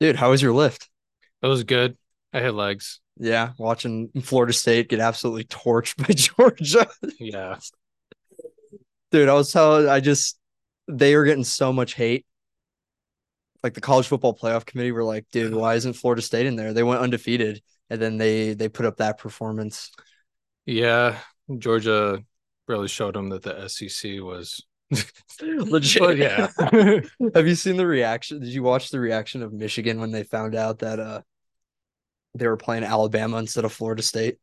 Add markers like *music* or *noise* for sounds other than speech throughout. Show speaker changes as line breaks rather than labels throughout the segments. Dude, how was your lift?
That was good. I had legs.
Yeah, watching Florida State get absolutely torched *laughs* by Georgia.
Yeah.
Dude, I was telling, I just, they are getting so much hate. Like the college football playoff committee were like, dude, why isn't Florida State in there? They went undefeated and then they they put up that performance. *laughs*
Yeah. Georgia really showed them that the SEC was
*laughs* Legit.
But yeah.
*laughs* Have you seen the reaction? Did you watch the reaction of Michigan when they found out that uh they were playing Alabama instead of Florida State?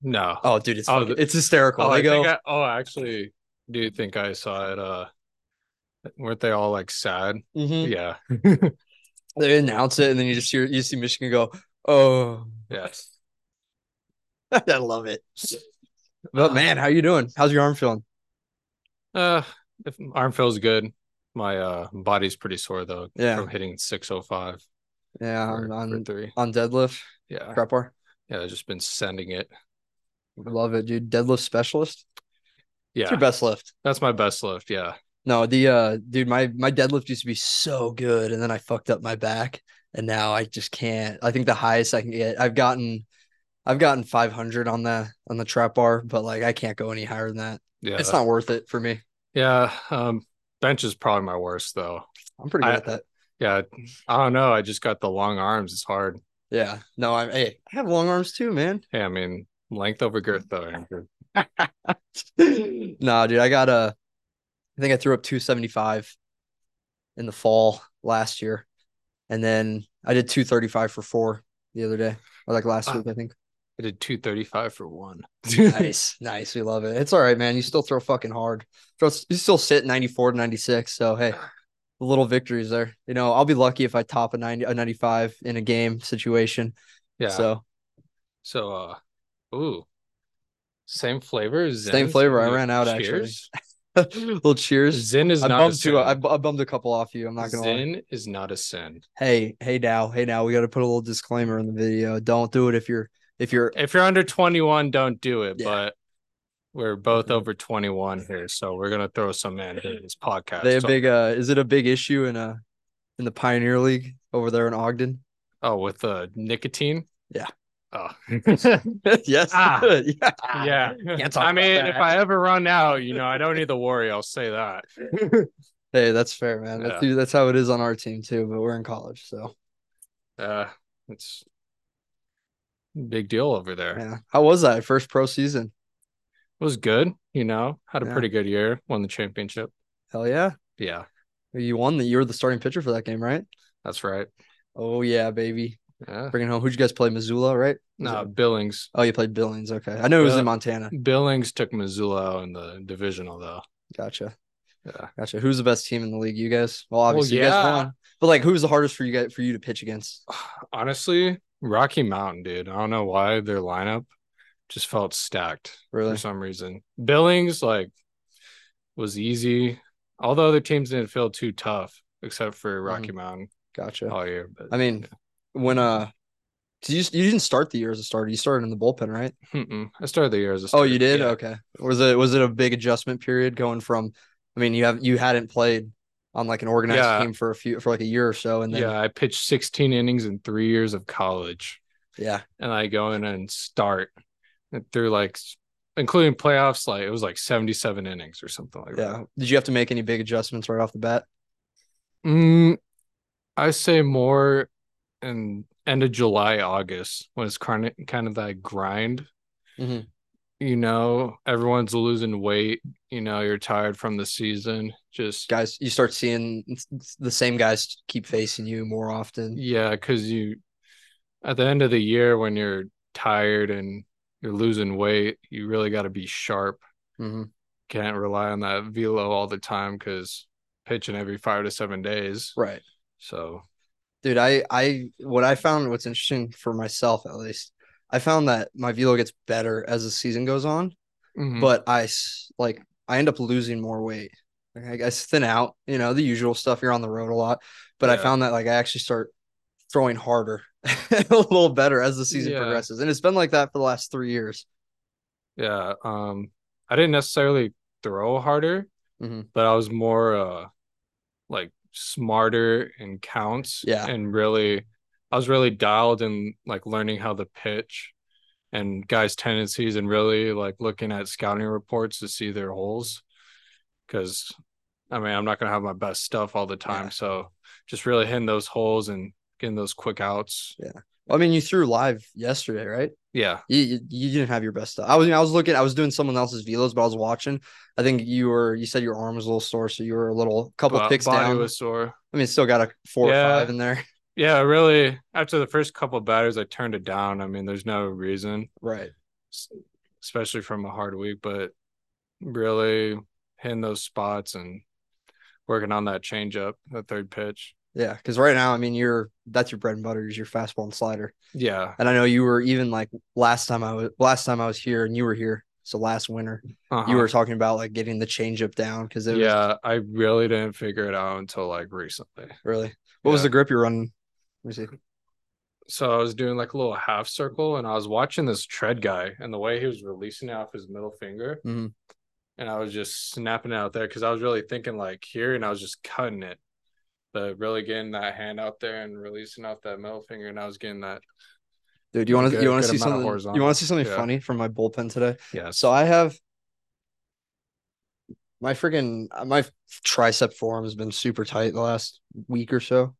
no.
Oh, dude, it's
Oh,
fucking-
the-
it's hysterical.
Oh,
they
I
go,
think I, oh, I actually do think I saw it. Uh, weren't they all like sad?
Mhm.
Yeah.
they announce it, and then you just hear you see Michigan go, oh, *laughs*
Yes.
I love it. But man, how you doing? How's your arm feeling?
Uh, if arm feels good. My uh body's pretty sore though
Yeah. Um,
from hitting 605
Yeah,
for,
on
for
on,
three.
on deadlift
Yeah.
prep bar.
Yeah. I've just been sending it.
Love it, dude. Deadlift specialist. It's
Yeah.
your best lift.
That's my best lift. Yeah.
No, the uh dude, my my deadlift used to be so good and then I fucked up my back and now I just can't. I think the highest I can get I've gotten I've gotten 500 on the on the trap bar, but like I can't go any higher than that.
Yeah.
It's not worth it for me.
yeah. Um, bench is probably my worst though.
I'm pretty good
I-
at that.
Yeah, I don't know. I just got the long arms. It's hard.
Yeah. No, I'm hey, I have long arms too, *laughs* man.
Yeah, I mean length over girth though. Andrew.
nah, dude, I got a I think I threw up 275 in the fall last year. And then I did 235 for 4 the other day or like last
Ah.
week, I think. *laughs*
I did two thirty five for one.
nice, nice. We love it. It's all right, man. You still throw fucking hard. Throw, you still sit 94 to 96. So, hey, the little victories there. You know, I'll be lucky if I top a 90, a 95 in a game situation.
*laughs* yeah. So,
So,
uh, ooh, same flavor. Zen
Same
is-
flavor. I ran out, actually. *laughs* little cheers.
Zen is
I
not a
bumped,
sin.
two, I, bu- I bumped a couple off you. I'm not going to lie.
Zen is not a sin.
Hey, hey, now, hey, now, we got to put a little disclaimer in the video. Don't do it if you're, if you're,
If you're under twenty one, don't do it.
Yeah.
But we're both
Mhm.
over twenty one here, so we're gonna throw some in in this podcast.
they a
So-
big, uh, is it a big issue in, uh, in the Pioneer League over there in Ogden? *laughs*
oh with the uh, nicotine.
Yeah. *laughs*
Oh.
yes.
Ah.
*laughs* yeah.
yeah.
Can't talk
I
about
mean,
that.
if I ever run out, you know, I don't need to worry. I'll say that.
Hey, that's fair, man. That's, that's how it is on our team too, but we're in college, so
Uh, it's a big deal over there.
yeah. How was that first pro season?
It was good, you know, had a
Yeah.
pretty good year, won the championship.
Hell yeah,
Yeah,
you won the. You were the starting pitcher for that game, right?
that's right.
Oh yeah, baby,
Yeah.
bringing home. Who'd you guys play? Missoula, right? Was
No,
it-
Billings.
Oh, you played Billings. Okay, I know it was
Yeah.
in Montana.
Billings took Missoula in the divisional though.
Gotcha,
Yeah.
gotcha. Who's the best team in the league? You guys? Well, obviously you
yeah.
guys won, but like, who's the hardest for you guys for you to pitch against?
Honestly, Rocky Mountain, dude. I don't know why their lineup just felt stacked. for
Really?
some reason. Billings like was easy. All the other teams didn't feel too tough except for Rocky Mountain
Gotcha.
all year. But
Mm-hmm. I mean, when uh, did you you didn't start the year as a starter. You started in the bullpen, right?
mm-mm. I started the year as a
Oh,
starter.
you did?
Yeah.
Okay. Was it was it a big adjustment period going from I mean, you have you hadn't played on like an organized
Yeah.
team for a few for like a year or so and then yeah.
yeah, I pitched 16 innings in three years of college,
Yeah.
and I go in and start and through like, s- including playoffs. Like it was like 77 innings or something like that.
Did you have to make any big adjustments right off the bat?
Mm, I say more in end of July, August, when it's kind of kind of that grind.
Mhm.
You know, everyone's losing weight. You know, you're tired from the season. Just
Guys, you start seeing s- the same guys keep facing you more often.
yeah, because you at the end of the year when you're tired and you're losing weight, you really got to be sharp.
hmm
Can't rely on that velo all the time because pitching every five to seven days.
Right.
So
Dude, I I what I found what's interesting for myself at least, I found that my velo gets better as the season goes on.
mhm.
but I s- like I end up losing more weight. Like, I guess thin out, you know, the usual stuff. You're on the road a lot, but I
Yeah.
found that like I actually start throwing harder, *laughs* a little better as the season
Yeah.
progresses, and it's been like that for the last three years.
Yeah, um, I didn't necessarily throw harder,
Mhm.
but I was more uh like smarter in counts.
Yeah.
And really, I was really dialed in like learning how to pitch and guys' tendencies and really like looking at scouting reports to see their holes. Cause I mean, I'm not going to have my best stuff all the time.
Yeah.
So just really hitting those holes and getting those quick outs.
I mean, you threw live yesterday, right?
Yeah.
You, you you didn't have your best stuff. I was I was looking. I was doing someone else's velos, but I was watching. I think you were. You said your arm was a little sore, so you were a little couple
Bo-
picks
body
down.
was sore.
I mean, still got a four
Yeah.
or five in there, *laughs*
Yeah, really. After the first couple batters, I turned it down. I mean, there's no reason,
right?
s- especially from a hard week, but really hitting those spots and working on that changeup, that third pitch.
Yeah, because right now, I mean, you're that's your bread and butter is your fastball and slider.
Yeah.
And I know you were even like last time I was last time I was here and you were here, so last winter
Uh-huh.
you were talking about like getting the changeup down because it was
yeah, I really didn't figure it out until like recently.
really what was
Yeah.
the grip you're running? Let me see.
so I was doing like a little half circle and I was watching this tread guy and the way he was releasing it off his middle finger.
Mhm.
And I was just snapping it out there because I was really thinking like here and I was just cutting it. But really getting that hand out there and releasing off that middle finger and I was getting that.
Dude, you want to
Good-
you want
good
to see
amount
something?
of
You
horizontal.
want to see something
Yeah.
funny from my bullpen today?
Yeah.
So I have my freaking my tricep forearm has been super tight the last week or so.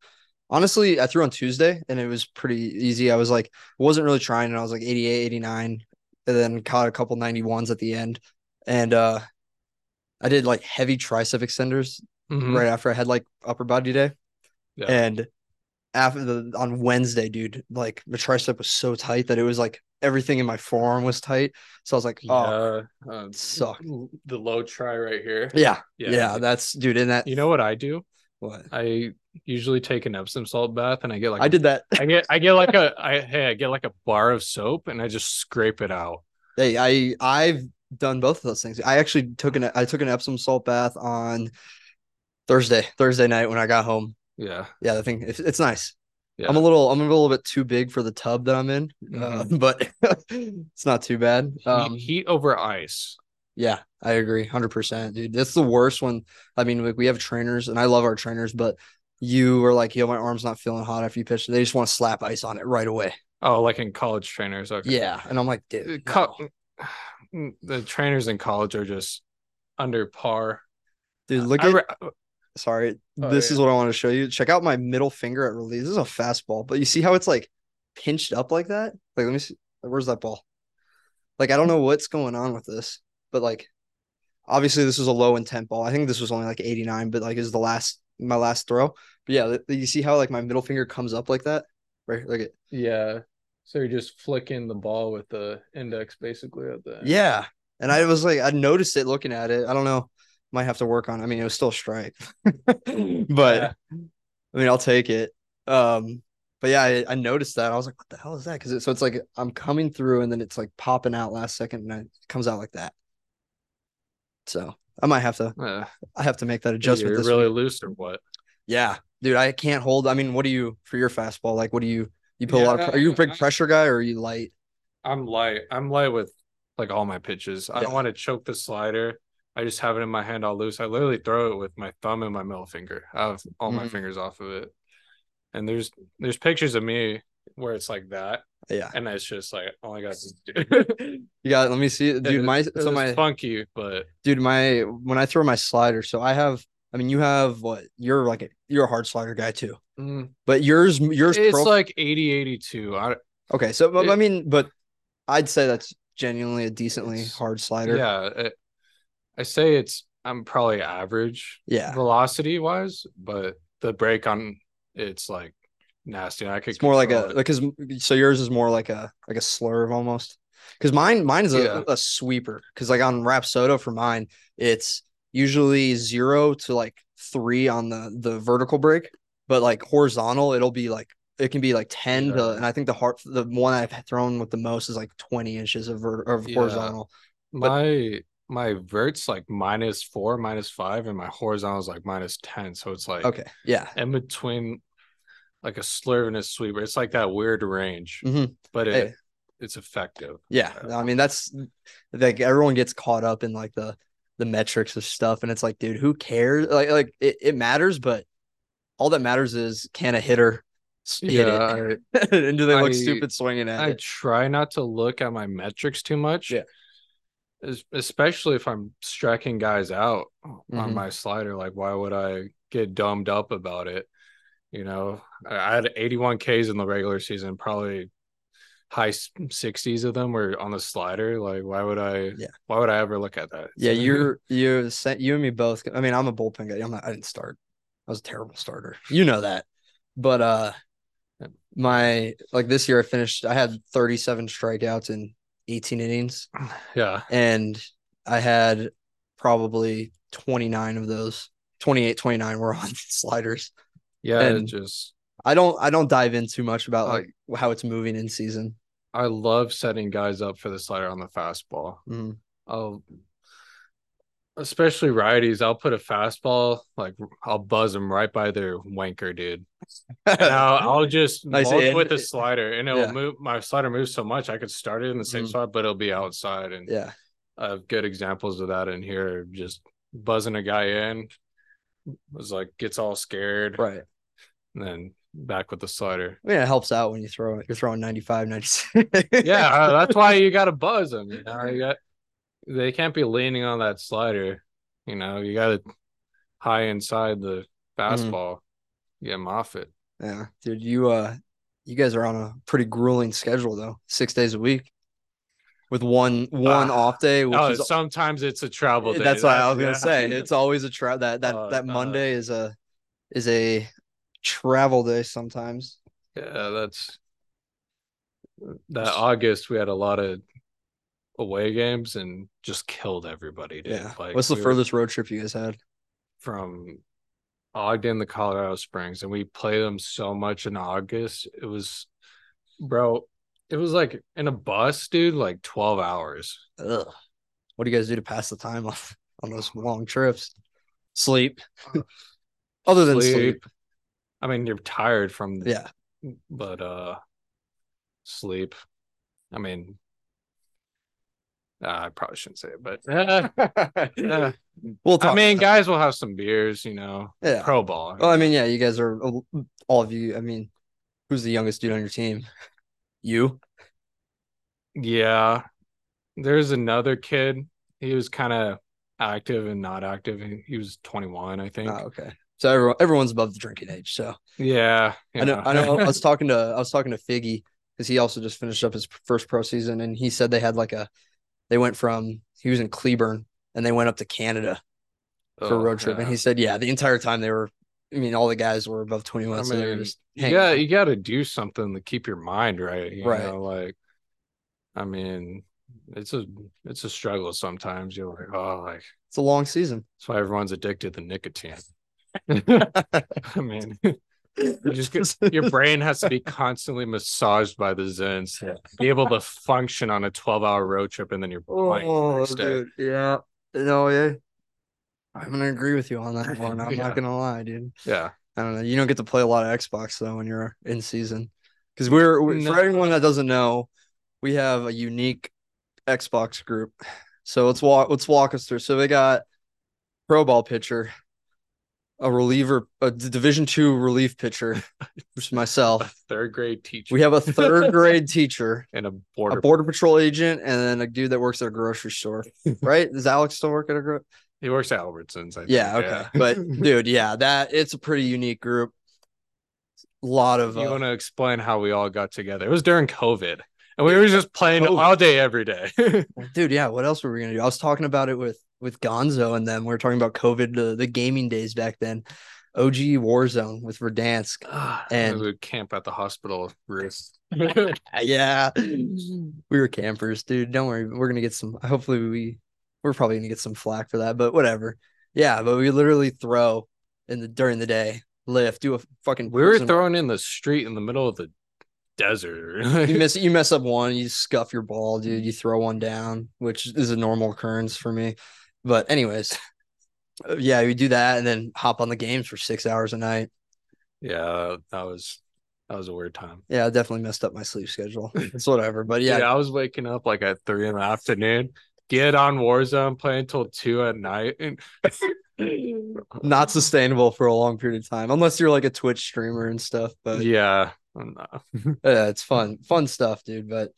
Honestly, I threw on Tuesday and it was pretty easy. I was like, wasn't really trying, and I was like 88, 89, and then caught a couple 91s at the end. And uh I did like heavy tricep extenders
Mhm.
right after I had like upper body day.
Yeah.
And after the on Wednesday, dude, like my tricep was so tight that it was like everything in my forearm was tight. So I was like, oh,
Yeah, um,
it sucked.
the low try right here.
Yeah, yeah, that's dude. In that,
You know what I do?
what
I usually take an Epsom salt bath and I get like
I did that. *laughs*
I get I get like a I hey I get like a bar of soap and I just scrape it out.
Hey, I I've done both of those things. I actually took an I took an Epsom salt bath on Thursday Thursday night when I got home.
Yeah.
Yeah, the thing it's, it's nice. I'm
Yeah.
a little I'm a little bit too big for the tub that I'm in, uh, *laughs*
Mm-hmm.
but it's not too bad.
Heat-
Um,
heat over ice.
Yeah, I agree, hundred percent, dude. That's the worst when I mean, like we have trainers, and I love our trainers, but you are like, yo, my arm's not feeling hot after you pitch. They just want to slap ice on it right away.
Oh, like in college trainers. Okay.
Yeah, and I'm like,
Uh,
dude,
co- mm,
no.
The trainers in college are just under par.
dude, look
I
at.
re-
Sorry,
Oh,
this
yeah.
is what I want to show you. Check out my middle finger at release. This is a fastball, but you see how it's like pinched up like that? Like, let me see. Where's that ball? Like, I don't know what's going on with this, but like, obviously, this was a low intent ball. I think this was only like 89, but like, is the last, my last throw. But yeah, th- you see how like my middle finger comes up like that? Right. Like, it,
yeah. So you're just flicking the ball with the index basically at the
yeah. And I was like, I noticed it looking at it. I don't know. Might have to work on it. I mean, it was still a strike, *laughs* but. I mean, I'll take it. Um, but yeah, I, I noticed that. I was like, what the hell is that? Because it, so it's like I'm coming through and then it's like popping out last second and it comes out like that. So I might have to,
Uh,
I have to make that
just
adjustment
you're
this
really
week.
loose or what?
Yeah, dude, I can't hold. I mean, what do you for your fastball? Like, what do you, you put a lot of,
Yeah,
pr- are you a big
I-
pressure guy or are you light?
I'm light. I'm light with like all my pitches. I
Yeah.
don't want to choke the slider. I just have it in my hand all loose. I literally throw it with my thumb and my middle finger. I have all my
Mhm.
fingers off of it. And there's there's pictures of me where it's like that.
Yeah,
And it's just like, oh my god, this *laughs*
*laughs*
dude.
you got, let me see. Dude, my, so my,
funky, but
dude, my, when I throw my slider, so I have, I mean, you have what? You're like, a, you're a hard slider guy too,
mm,
but yours, yours,
it's
profile-
like 80 82. I,
Okay, so but, I
It-
mean, but I'd say that's genuinely a decently
It's-
hard slider.
yeah. It, I say it's I'm probably average
Yeah.
velocity wise, but the break on it's like nasty. I could
It's more like a
control it.
like because so yours is more like a like a slurve almost. Because mine mine is a,
Yeah.
a sweeper. Because like on Rapsodo for mine, it's usually zero to like three on the the vertical break, but like horizontal, it'll be like it can be like ten to,
Yeah.
and I think the hard the one I've thrown with the most is like twenty inches of vert of
Yeah.
horizontal. But-
my my vert's like minus four, minus five, and my horizontal's like minus ten. So it's like
Okay, yeah,
in between like a slurve and a sweeper. It's like that weird range,
Mhm.
but it
Hey.
it's effective.
Yeah,
Yeah.
I mean that's like everyone gets caught up in like the the metrics of stuff, and it's like, dude, who cares? Like, like it, it matters, but all that matters is can a hitter s- hit
Yeah,
it?
I,
*laughs* and do they look
I-
stupid swinging at
I
it?
try not to look at my metrics too much.
Yeah.
Es- Especially if I'm striking guys out
Mhm.
on my slider, like why would I get dumbed up about it? You know, I I had 81 Ks in the regular season, probably high s- 60s of them were on the slider. Like why would I?
Yeah.
Why would I ever look at that?
Yeah, you're you you and me both. I mean, I'm a bullpen guy. I'm not. I didn't start. I was a terrible starter. You know that. But uh, my like this year, I finished. I had 37 strikeouts in 18 innings,
*laughs* yeah.
and I had probably 29 of those. 28, 29 were *laughs* on sliders.
Yeah. it
And-
just
I don't. I don't dive in too much about
Oh.
like how it's moving in season.
I love setting guys up for the slider on the fastball.
Mhm.
I'll especially righties. I'll put a fastball like I'll buzz them right by their
*laughs*
wanker, dude. And I'll, I'll just
Nice
mulch
in.
with the slider, and it'll
Yeah.
move. My slider moves so much, I could start it in the same
Mhm.
spot, but it'll be outside. And
*laughs* yeah.
I have good examples of that in here. Just buzzing a guy in was like gets all scared,
Right.
and then back with the slider.
I mean, it helps out when you throw. You're throwing 95, 96.
yeah, uh-huh. uh, that's why you got to buzz them. You know, you got they can't be leaning on that slider. You know, you got to high inside the
Mm-hmm.
fastball, get them off it.
*laughs* Yeah, dude, you uh, you guys are on a pretty grueling schedule though, six days a week, with one one
Ah.
off day, which
Oh,
is
sometimes it's a travel day.
that's what I was gonna
That's- *laughs*
say. It's always a travel that that
Oh,
that
no.
Monday is a is a travel day sometimes.
yeah, that's that August. We had a lot of away games and just killed everybody. Dude.
Yeah. What's the
we were
furthest road trip you guys had?
from Ogden to Colorado Springs, and we play them so much in August. It was, bro, it was like in a bus, dude, like 12 hours.
Ugh. What do you guys do to pass the time off on those long trips? Sleep. *laughs* Other than sleep,
I mean, you're tired from,
yeah,
but uh, sleep. I mean, ah, I probably shouldn't say it, but *laughs* yeah.
we'll talk.
I mean,
about
guys will have some beers, you know,
that. yeah.
pro ball.
Well, I mean, yeah, you guys are uh, all of you. I mean, who's the youngest dude on your team? You.
Yeah. There's another kid. He was kind of active and not active. He, he was 21, I think.
Oh, okay. So everyone, everyone's above the drinking age. So
Yeah. *laughs*
I know.
yeah.
I know. I was talking to I was talking to Figgy because he also just finished up his first pro season, and he said they had like a they went from he was in Cleburne and they went up to Canada for a
Oh,
road trip, and
yeah.
he said yeah, the entire time they were. I mean, all the guys were above twenty one,
I
so they were
mean,
just
you got you got to do something to keep your mind right. You
Right.
know, like, I mean, it's a it's a struggle sometimes. You're like, oh, like
it's a long season.
that's why everyone's addicted to nicotine. *laughs* I mean, You just
*laughs*
get- your brain has to be constantly massaged by the zens to be able to function on a 12 hour road trip and then you're blank the
Oh,
next day.
dude, yeah, no, yeah. I'm gonna agree with you on that one. I'm
*laughs* Yeah.
not gonna lie, dude.
yeah
I don't know. You don't get to play a lot of Xbox though when you're in season, because we're we,
No.
for anyone that doesn't know, we have a unique Xbox group. So let's walk. Let's walk us through. So they got pro ball pitcher, a reliever, a D- Division two relief pitcher, *laughs* which is
a
myself.
third grade teacher
Oh. We have a third grade teacher,
and a
a
border,
border patrol agent, and then a dude that works at a grocery store. Right? Does Alex still work at a gro-
he works at albertsons I
yeah,
think,
okay.
*laughs*
But dude, yeah, that it's a pretty unique group. A lot of
you
uh,
want to explain how we all got together it was during covid and we were just playing
COVID.
all day every day *laughs*
dude, yeah. What else were we gonna do? I was talking about it with with Gonzo and them. We were talking about COVID, the, the gaming days back then. OG Warzone with Verdansk. And-
we would camp at the hospital wrist
*laughs*
*laughs*
Uh, Yeah, we were campers, dude. Don't worry, we're gonna get some. Hopefully, we we're probably gonna get some flack for that, but whatever. Yeah, but we literally throw in the during the day, lift, do a fucking.
we were
person-
thrown in the street in the middle of the desert *laughs*
you miss you mess up one, you scuff your ball, dude. You throw one down, which is a normal occurrence for me. But anyways, uh, yeah, we do that and then hop on the games for six hours a night.
yeah that was that was a weird time
Yeah, I definitely messed up my sleep schedule. It's whatever. But yeah,
Dude, I was waking up
*laughs*
like at three in the afternoon, get on Warzone, play until two at night, and
Not sustainable for a long period of time, unless you're like a Twitch streamer and stuff. But yeah,
yeah. No.
it's fun, fun stuff, dude. But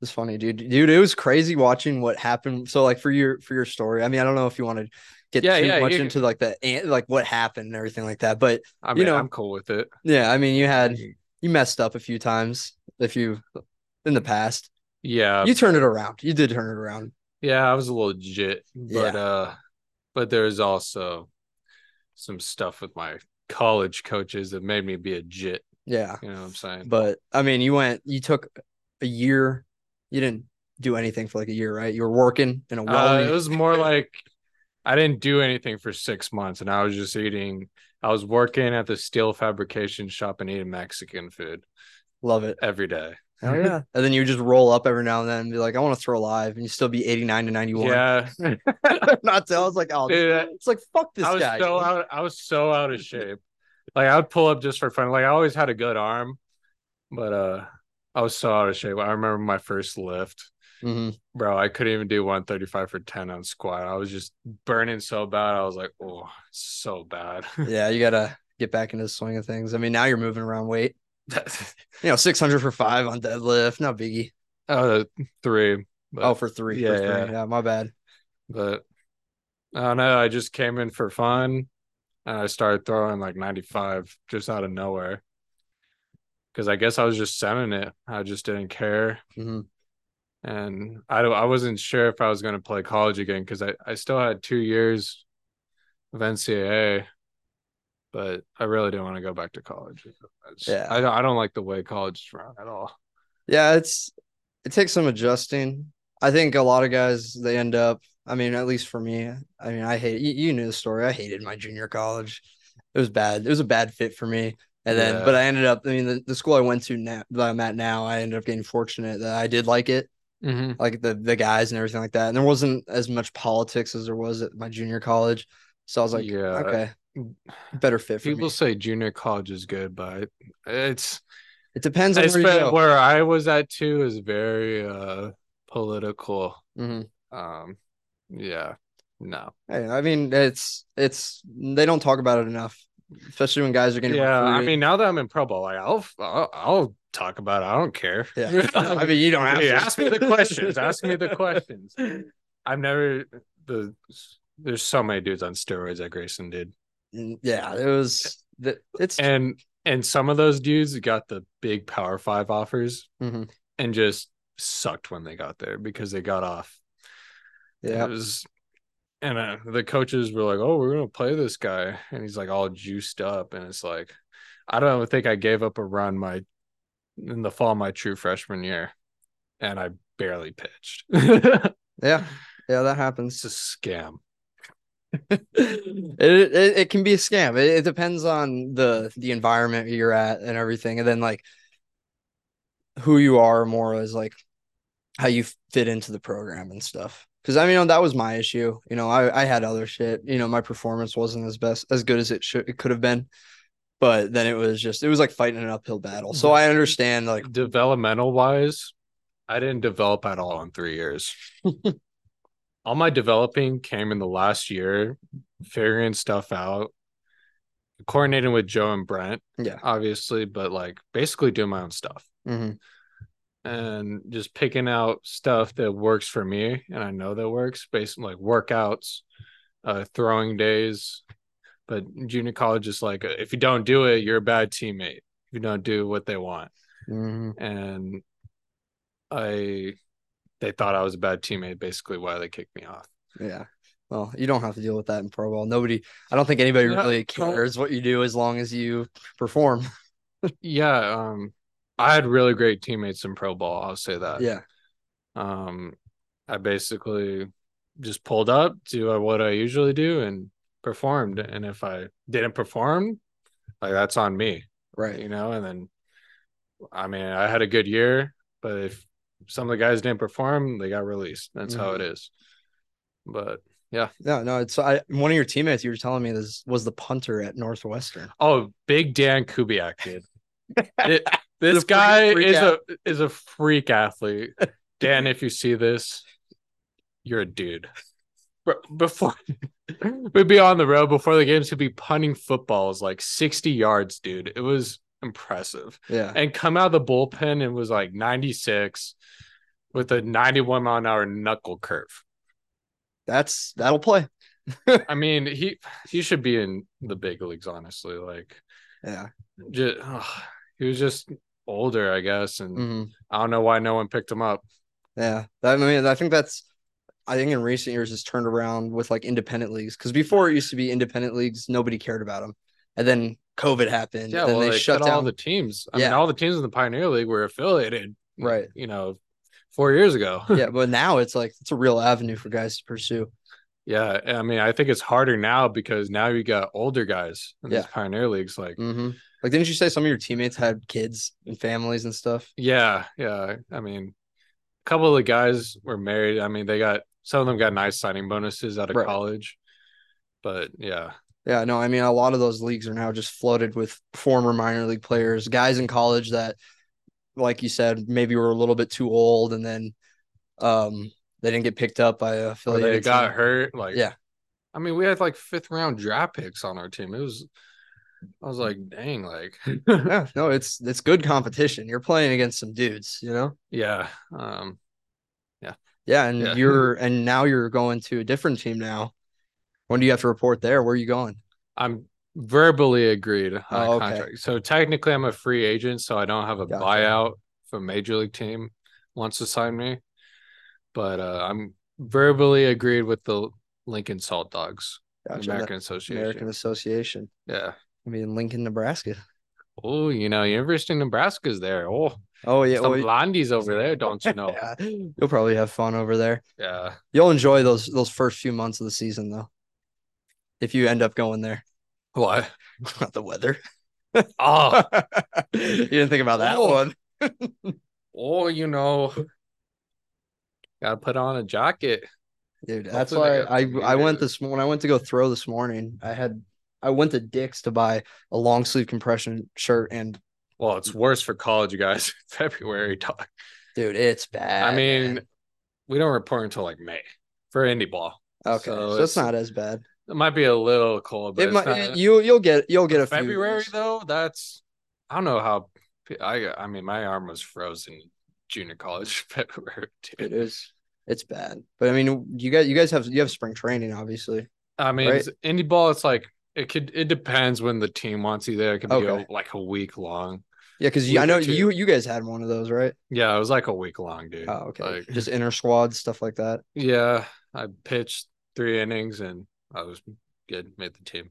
it's funny, dude. Dude, it was crazy watching what happened. So like for your for your story, I mean, I don't know if you want to get
Yeah,
too
yeah,
much
you-
into like the an- like what happened and everything like that, but
I mean,
You know-
I'm cool with it.
yeah, I mean, you had you messed up a few times if you in the past.
Yeah.
You turned it around. You did turn it around.
Yeah, I was a little jit, but
Yeah.
uh but there's also some stuff with my college coaches that made me be a jit,
Yeah.
you know what I'm saying?
But I mean, you went, you took a year. You didn't do anything for like a year, right? You were working in a
Uh,
welding.
it was more like I didn't do anything for 6 months and I was just eating I was working at the steel fabrication shop and eating Mexican food
Love
*laughs*
it.
every day.
Oh yeah. And then you would just roll up every now and then and be like, I want to throw live, and you still be eighty nine to ninety one.
Yeah. Dude,
*laughs* Not so. I was like, oh,
I
it's like fuck this
I was
guy. *laughs*
so
dude.
out. I was so out of shape. Like I would pull up just for fun. Like I always had a good arm, but uh, I was so out of shape. I remember my first lift,
Mhm.
bro. I couldn't even do one thirty five for ten on squat. I was just burning so bad. I was like, oh, so bad. *laughs*
Yeah, you gotta get back into the swing of things. I mean, now you're moving around weight. You know, six hundred for five on deadlift, not biggie.
uh, three. But,
oh, for three.
yeah,
for three.
yeah.
yeah, my bad.
but I don't know. I just came in for fun, and I started throwing like ninety five just out of nowhere. Because I guess I was just sending it. I just didn't care.
hmm
and I don't, I wasn't sure if I was going to play college again because I, I still had two years of NCAA, but I really didn't want to go back to college. I just-
Yeah.
I don't, I don't like the way college is run at all.
Yeah, it's it takes some adjusting. I think a lot of guys they end up. I mean, at least for me. I mean, I hate you, you knew the story. I hated my junior college. It was bad. It was a bad fit for me. And then,
Yeah.
but I ended up. I mean, the, the school I went to now that I'm at now, I ended up getting fortunate that I did like it,
Mm-hmm.
like the the guys and everything like that. And there wasn't as much politics as there was at my junior college. So I was like,
Yeah.
okay, better fit for
People
me.
say junior college is good, but it's,
It depends on
I
where you
spent,
go.
where I was at too is very uh, political.
Mhm.
Um, yeah, no.
Hey, I mean, it's it's they don't talk about it enough, especially when guys are getting.
Yeah, I
recruited.
mean, now that I'm in pro bowl, like, I'll, I'll I'll talk about it. I don't care. *laughs*
yeah. *laughs* I mean, you don't have
Hey,
to
ask me the questions. ask me
*laughs*
the questions. I've never the there's so many dudes on steroids that Grayson did.
*laughs* yeah, it was that it's
And and some of those dudes got the big power five offers
Mhm.
and just sucked when they got there because they got off. It
yeah,
was and uh, the coaches were like, "Oh, we're gonna play this guy," and he's like all juiced up, and it's like, I don't think I gave up a run my in the fall of my true freshman year, and I barely pitched. *laughs*
yeah, yeah. That happens.
it's a scam.
it, it it can be a scam. It, it depends on the the environment you're at and everything, and then like who you are more is like how you fit into the program and stuff. Because I mean, that was my issue. You know, I I had other shit. You know, my performance wasn't as best as good as it should it could have been. But then it was just it was like fighting an uphill battle. So I understand like
developmental wise, I didn't develop at all in three years. *laughs* all my developing came in the last year, figuring stuff out, coordinating with Joe and Brent,
Yeah.
obviously, but like basically doing my own stuff
mhm,
and just picking out stuff that works for me and I know that works based on like workouts, uh, throwing days. But junior college is like if you don't do it, you're a bad teammate. If you don't do what they want
mhm.
and I they thought I was a bad teammate, basically why they kicked me off.
yeah. Well, you don't have to deal with that in pro ball. Nobody, I don't think anybody
Yeah,
really
pro-
cares what you do as long as you perform.
yeah, um I had really great teammates in pro ball, I'll say that.
Yeah.
Um I basically just pulled up, do what I usually do and performed. And if I didn't perform, like that's on me.
Right.
you know and then i mean i had a good year but if some of the guys didn't perform they got released that's how it is but
No, no, it's I one of your teammates you were telling me this was the punter at Northwestern.
oh big dan kubiak
*laughs*
dude Thi-
He's a
this
freak-
guy
freak
is a is a freak athlete dan if you see this you're a dude Bro, Before *laughs* we'd be on the road before the games, he'd be punting footballs like 60 yards, dude. It was impressive.
Yeah.
And come out of the bullpen and was like 96 with a 91 mile an hour knuckle curve.
That's that'll play.
I mean, he he should be in the big leagues, honestly. Like
Yeah.
just, he was just older, I guess. And
hmm
I don't know why no one picked him up.
Yeah. That- I mean, I think that's I think in recent years it's turned around with like independent leagues because before it used to be independent leagues, nobody cared about them, and then COVID happened,
Yeah,
and
well,
they,
they
shut
cut
down
all the teams. I mean,
Yeah.
all the teams in the Pioneer League were affiliated,
Right.
You know, four years ago.
*laughs* yeah, but now it's like it's a real avenue for guys to pursue.
*laughs* yeah. I mean, I think it's harder now because now you got older guys in these
Yeah.
Pioneer Leagues. Like,
hmm Like, didn't you say some of your teammates had kids and families and stuff?
yeah, yeah. I mean, a couple of the guys were married. I mean, they got some of them got nice signing bonuses out of
Right.
college, but yeah,
Yeah, no, I mean a lot of those leagues are now just flooded with former minor league players, guys in college that, like you said, maybe were a little bit too old, and then um they didn't get picked up by a
or
affiliated.
they got
team.
hurt. Like,
Yeah.
I mean, we had like fifth round draft picks on our team. It was, I was like, dang, like,
Yeah, no, it's it's good competition. You're playing against some dudes, you know.
yeah. Um,
Yeah, and
Yeah. *laughs*
you're and now you're going to a different team now. When do you have to report there? Where are you going?
I'm verbally agreed on a
Oh, okay.
contract. So technically I'm a free agent, so I don't have a
Gotcha.
buyout if a major league team wants to sign me. But uh, I'm verbally agreed with the Lincoln Salt Dogs, the
Gotcha,
American
the
Association.
American Association.
Yeah.
I mean, Lincoln, Nebraska.
Oh, you know, University of Nebraska's there. Oh,
Oh yeah,
some
well,
blondies over there, don't you know?
*laughs* yeah, you'll probably have fun over there.
yeah.
You'll enjoy those those first few months of the season though. If you end up going there, *laughs*
What?
not the
*laughs*
weather. *laughs*
Oh,
you didn't think about that
Oh.
one.
oh, you know, gotta put on a jacket.
Dude, that's
Hopefully
why
they
I
got
I went
updated.
this morning. I went to go throw this morning. I had I went to Dick's to buy a long sleeve compression shirt, and
Well, it's worse for college, you guys. *laughs* February
Mm-hmm.
talk.
dude, it's bad.
I mean,
man.
we don't report until like May for indie ball.
okay,
so
so,
it's-
it's not as bad.
It might be a little cold, but
It
it's
might eh,
not-
you you'll get you'll get a few
February
days.
though. That's I don't know how. I I mean, my arm was frozen junior college *laughs* February.
It
Dude.
is it's bad, but I mean, you guys you guys have you have spring training, obviously.
I mean,
Right.
it's- indie ball. It's like it could. It depends when the team wants you there. It could be
Okay.
a, like a week long.
Yeah, because
Week
I
or
know
two.
you you guys had one of those, right?
Yeah, it was like a week long, dude.
Oh, okay.
Like,
Just inner squad stuff like that.
yeah, I pitched three innings and I was good. Made the team.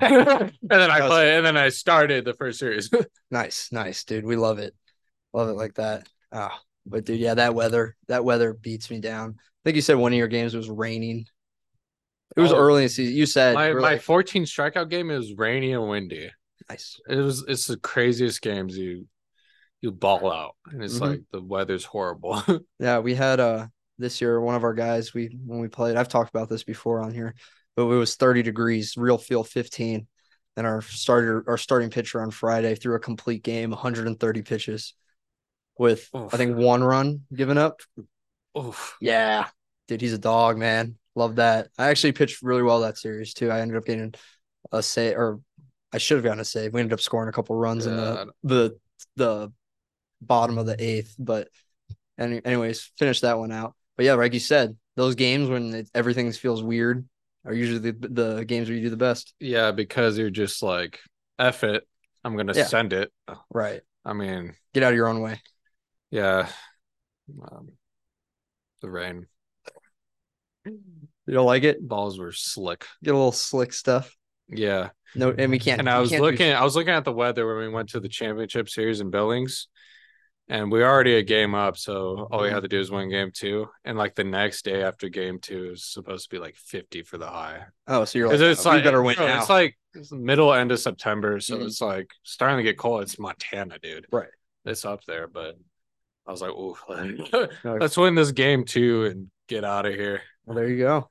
nice,
*laughs* And then I
That was-
play, and then I started the first series.
nice, dude. We love it. Love it
Mm-hmm.
like that. Ah, but dude, yeah, that weather, that weather beats me down. I think you said one of your games was raining. It was
Oh.
early in the season. You said
my
you were
my
like,
14 strikeout game it was rainy and windy.
nice.
It was it's the craziest games you you ball out, and it's
Mhm.
like the weather's horrible. *laughs*
Yeah, we had uh this year one of our guys we when we played. I've talked about this before on here, but it was 30 degrees, real field 15, and our starter our starting pitcher on Friday threw a complete game, 130 pitches, with
Oof.
I think one run given up.
Oof.
Yeah, dude, he's a dog, man. Love that. I actually pitched really well that series too. I ended up getting a save, or I should have gotten a save. We ended up scoring a couple runs in the
Yeah,
the the bottom of the eighth. But any, anyways, finish that one out. But yeah, like you said, those games when it, everything feels weird are usually the, the games where you do the best.
yeah, because you're just like F it. I'm gonna
Yeah.
send it.
Right.
I mean,
Get out of your own way.
yeah. Um, the rain
You don't like it?
balls were slick.
Get a little slick stuff.
Yeah.
No, and we can't.
And I
we
was
can't do
looking I was looking at the weather when we went to the championship series in Billings. And we were already a game up, so all we had to do is win game two. And like the next day after game two is supposed to be like fifty for the high.
Oh, so you're like,
'Cause it's
"Oh, we
like
better win
bro,
now.
It's like it's the middle end of September, so
Mhm.
it's like starting to get cold. It's Montana, dude.
Right.
It's up there, but I was like, ooh, *laughs* let's win this game too and get out of here.
Well, there you go.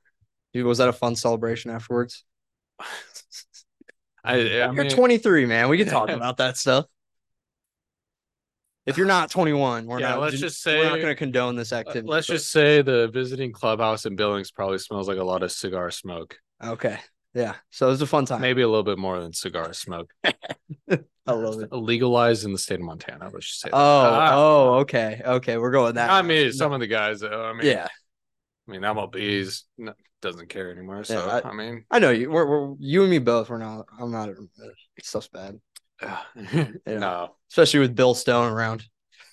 Dude, was that a fun celebration afterwards?
I, I
You're
mean,
Mm-hmm.
*laughs*
23, man. We can talk about that stuff. if you're not 21, we're
Yeah,
not.
let's just
we're not
say-
going to condone this
Uh,
activity.
Let's
but-
just say the visiting clubhouse in Billings probably smells like a lot of cigar smoke.
okay. Yeah, so it was a fun time.
Maybe a little bit more than cigar smoke.
I love it.
Legalized in the state of Montana. Let's just say. that.
Oh,
Ah,
oh, okay, okay. We're going that.
I
route.
mean, some of the guys. Though, I mean,
yeah,
I mean, MLB's n- doesn't care anymore. So
Yeah,
I, mean,
I know you. We're, we're you and me both. We're not. I'm not. Stuff's bad, Yeah.
*laughs* no,
especially with Bill Stone around.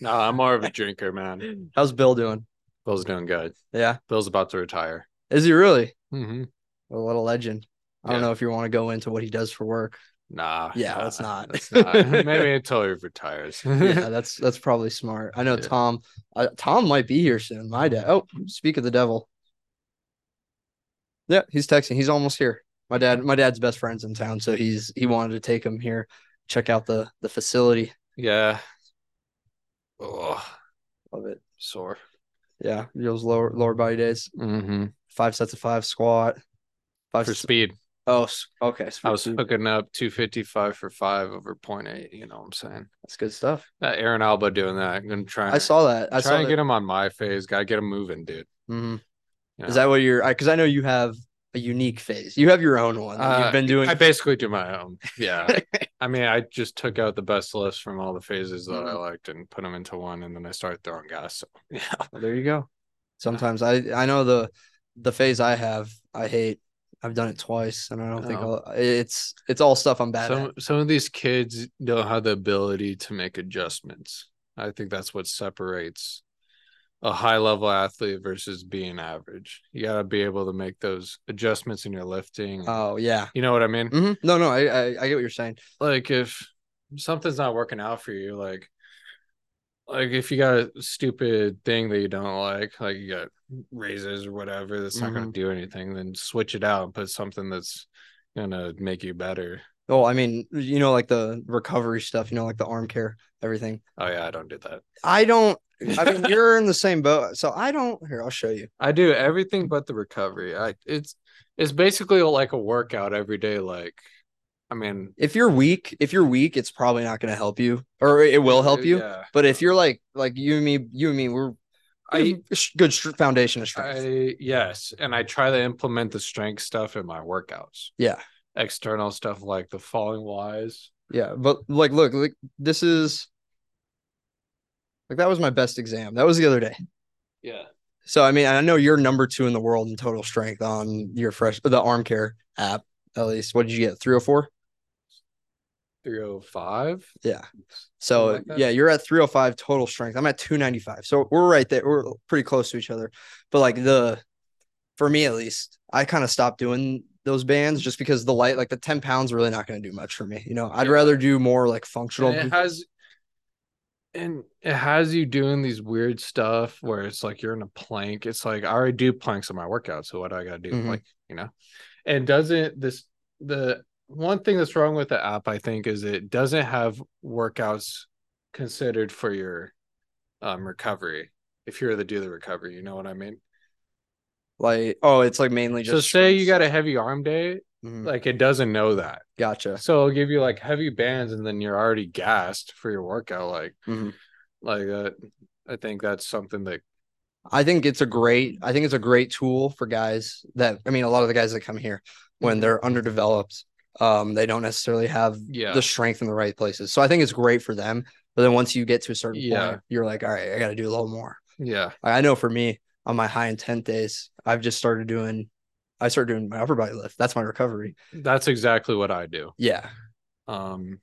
no, I'm more of a drinker, man.
How's Bill doing?
Bill's doing good.
Yeah,
Bill's about to retire.
is he really?
Mm-hmm.
Well, what a legend. I don't
Yeah.
know if you want to go into what he does for work.
Nah.
Yeah,
nah,
let's not. *laughs*
let's not. Maybe until he retires. *laughs*
yeah, that's that's probably smart. I know
Yeah.
Tom. Uh, Tom might be here soon. My dad. Oh, speak of the devil. Yeah, he's texting. He's almost here. My dad. My dad's best friend's in town, so he's he wanted to take him here, check out the the facility.
yeah. Oh,
Love it.
sore.
Yeah, those lower lower body days.
Mm-hmm.
Five sets of five squat. Five.
For
sets,
speed,
oh, s- okay.
I was
sweet.
hooking up 255 for five over 0.8. You know what I'm saying?
That's good stuff.
That Uh, Aaron Alba doing that. I'm gonna try.
I saw that. I
try
saw
and
that.
get him on my phase. Gotta get him moving, dude.
Mhm.
You know?
Is that what you're? Because I know you have a unique phase. You have your own one that
Uh,
you've been doing.
I basically do my own. Yeah.
*laughs*
I mean, I just took out the best lifts from all the phases that I
Mm-hmm.
liked and put them into one, and then I started throwing gas. So, *laughs* yeah.
Well, there you go. Sometimes I I know the the phase I have I hate. I've done it twice, and I don't think
Oh.
I'll, it's it's all stuff I'm bad
Some
at.
some of these kids don't have the ability to make adjustments. I think that's what separates a high level athlete versus being average. You gotta be able to make those adjustments in your lifting. and-
Oh yeah.
you know what I mean?
hmm No, no, I, I I get what you're saying.
like if something's not working out for you like like if you got a stupid thing that you don't like like you got razors or whatever that's not
Mm-hmm.
going to do anything then switch it out and put something that's going to make you better
Oh, I mean, you know, like the recovery stuff. You know, like the arm care, everything.
oh yeah i don't do that
I don't. I
*laughs*
mean, you're in the same boat, so I don't. Here, I'll show you.
i do everything but the recovery i it's it's basically like a workout every day like i mean
If you're weak, if you're weak, it's probably not going to help you, or it will help you.
uh, yeah.
But if you're like like you and me, you and me, we're
I-
I, good str- foundation of strength.
I yes, and I try to implement the strength stuff in my workouts.
Yeah.
External stuff like the falling wise.
Yeah, but like, look, like this is like that was my best exam. That was the other day.
Yeah.
So I mean, I know you're number two in the world in total strength on your fresh the arm care app. At least, what did you get? Three hundred four.
305.
Yeah. So
like that.
yeah, you're at three hundred five total strength. I'm at two ninety five. So we're right there. We're pretty close to each other. But like the, for me at least, I kind of stopped doing those bands just because the light, like the ten pounds, really not going to do much for me. You know, I'd
Yeah.
rather do more like
And
functional.
it has and it has you doing these weird stuff where it's like you're in a plank. It's like I already do planks in my workout, so what do I gotta do?
Mhm.
Like, you know? And doesn't this the one thing that's wrong with the app, I think, is it doesn't have workouts considered for your um recovery. If you were to do the recovery, you know what I mean?
like oh, it's like mainly just.
So say you
strength.
got a heavy arm day,
Mhm.
like it doesn't know that.
Gotcha.
So it'll give you like heavy bands, and then you're already gassed for your workout. Like,
Mhm.
like uh, I think that's something that
I think it's a great. I think it's a great tool for guys that. I mean, a lot of the guys that come here
Mm-hmm.
when they're underdeveloped, um, they don't necessarily have
yeah,
the strength in the right places. So I think it's great for them. But then once you get to a certain
Yeah.
point, you're like, all right, I got to do a little more.
yeah,
I I know for me on my high intent days, I've just started doing. I started doing my upper body lift. That's my recovery.
that's exactly what I do.
Yeah.
Um,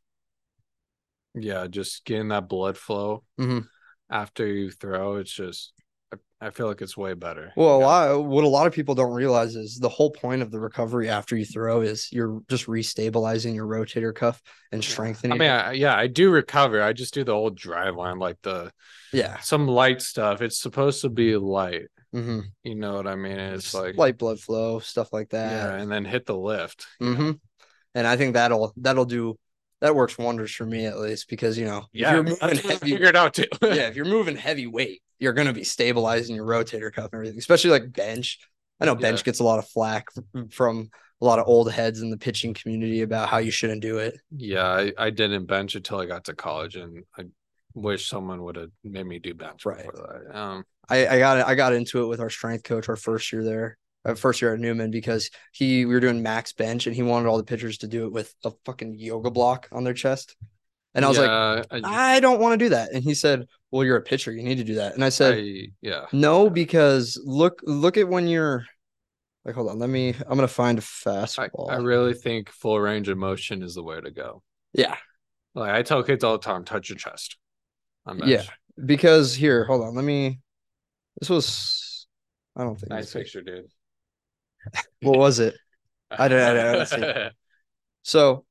yeah, just getting that blood flow
Mhm.
after you throw. It's just I, I feel like it's way better.
Well, a
Yeah.
lot, what a lot of people don't realize is the whole point of the recovery after you throw is you're just restabilizing your rotator cuff and strengthening.
I
it.
mean, I, yeah, I do recover. I just do the old drive line, like the
yeah.
some light stuff. It's supposed to be light.
hmm
You know what I mean? And It's like
light blood flow, stuff like
yeah,
that.
and then hit the lift.
hmm And I think that'll that'll do that works wonders for me at least because you know
Yeah,
if you're
that's
moving
what I
heavy,
figured
*laughs*
out too.
yeah, if you're moving heavy weight, you're gonna be stabilizing your rotator cuff and everything, especially like bench. I know bench
Yeah.
gets a lot of flack f- from a lot of old heads in the pitching community about how you shouldn't do it.
Yeah, I, I didn't bench until I got to college, and I wish someone would have made me do bench
Right.
before that. Um,
I, I got I got into it with our strength coach our first year there, uh, first year at Newman because he we were doing max bench and he wanted all the pitchers to do it with a fucking yoga block on their chest, and I was like,
yeah, I,
I don't want to do that. And he said, Well, you're a pitcher, you need to do that. And I said,
I- yeah,
No, because look look at when you're like, hold on, let me. I'm gonna find a
I,
fastball.
I really think full range of motion is the way to go.
yeah,
Like I tell kids all the time, touch your chest. on bench.
Yeah. because here, hold on, let me. This was. I don't think.
nice
this was-
picture, dude.
What was it? I don't- I don't- I don't
*laughs*
see
yeah,
So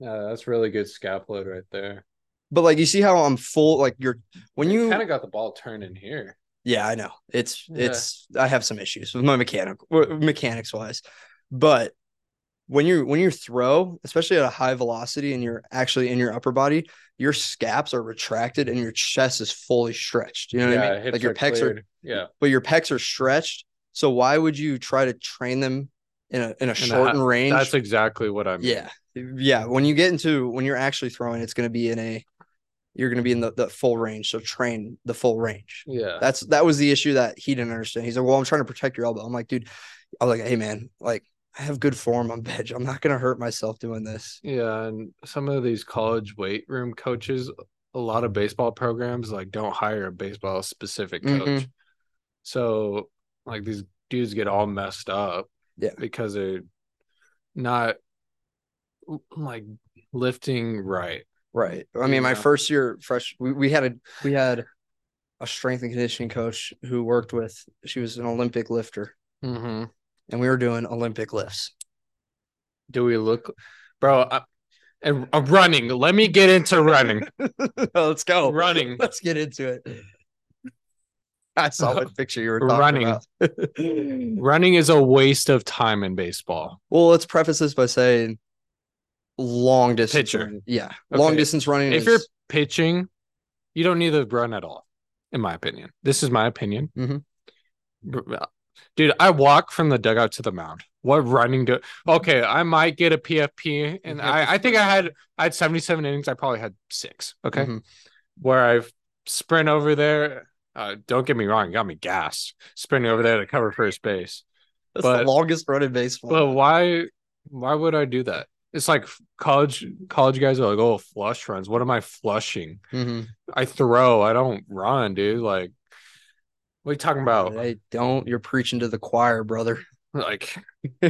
that's really good scap load right there.
But like you see how I'm full like you're when you
kind of got the ball turning here.
yeah I know it's
Yeah.
it's I have some issues with my mechanic w- mechanics wise, but when you when you throw especially at a high velocity and you're actually in your upper body your scaps are retracted and your chest is fully stretched you know what I mean
hips
like your pecs are
cleared. yeah.
but your pecs are stretched so why would you try to train them in a in a shortened range
That's exactly what I mean.
Yeah. Yeah. When you get into when you're actually throwing, it's gonna be in a you're gonna be in the, the full range. So train the full range.
Yeah.
That's that was the issue that he didn't understand. He's like, Well, I'm trying to protect your elbow. I'm like, dude, I was like, hey man, like I have good form on bench. I'm not gonna hurt myself doing this.
Yeah, and some of these college weight room coaches, a lot of baseball programs like don't hire a baseball specific coach.
Mhm.
So like these dudes get all messed up
Yeah.
because they're not like lifting right.
Right. I mean, my
Yeah.
first year fresh we, we had a we had a strength and conditioning coach who worked with she was an Olympic lifter
Mm-hmm.
and we were doing Olympic lifts. *laughs*
Do we look bro, I, and I'm running. Let me get into running.
Let's go.
running.
Let's get into it. I saw what
*laughs*
picture you were talking
Running.
about. *laughs*
Running is a waste of time in baseball.
well, let's preface this by saying long distance.
Pitcher.
running- Yeah.
Okay.
Long distance running.
if
is-
you're pitching, you don't need to run at all, in my opinion. This is my opinion.
Mhm.
R- Dude, I walk from the dugout to the mound. What running do? Okay, I might get a PFP, and
have to
I, I think I had I had seventy seven innings. I probably had six. Okay,
Mhm.
where I sprint over there. Uh, don't get me wrong, it got me gassed sprinting over there to cover first base.
that's
but-
the longest running baseball.
But why? Why would I do that? It's like college college guys are like, oh, flush runs. What am I flushing?
Mhm.
I throw. I don't run, dude. Like, what are you talking about?
Hey, don't. You're preaching to the choir, brother.
Like, *laughs*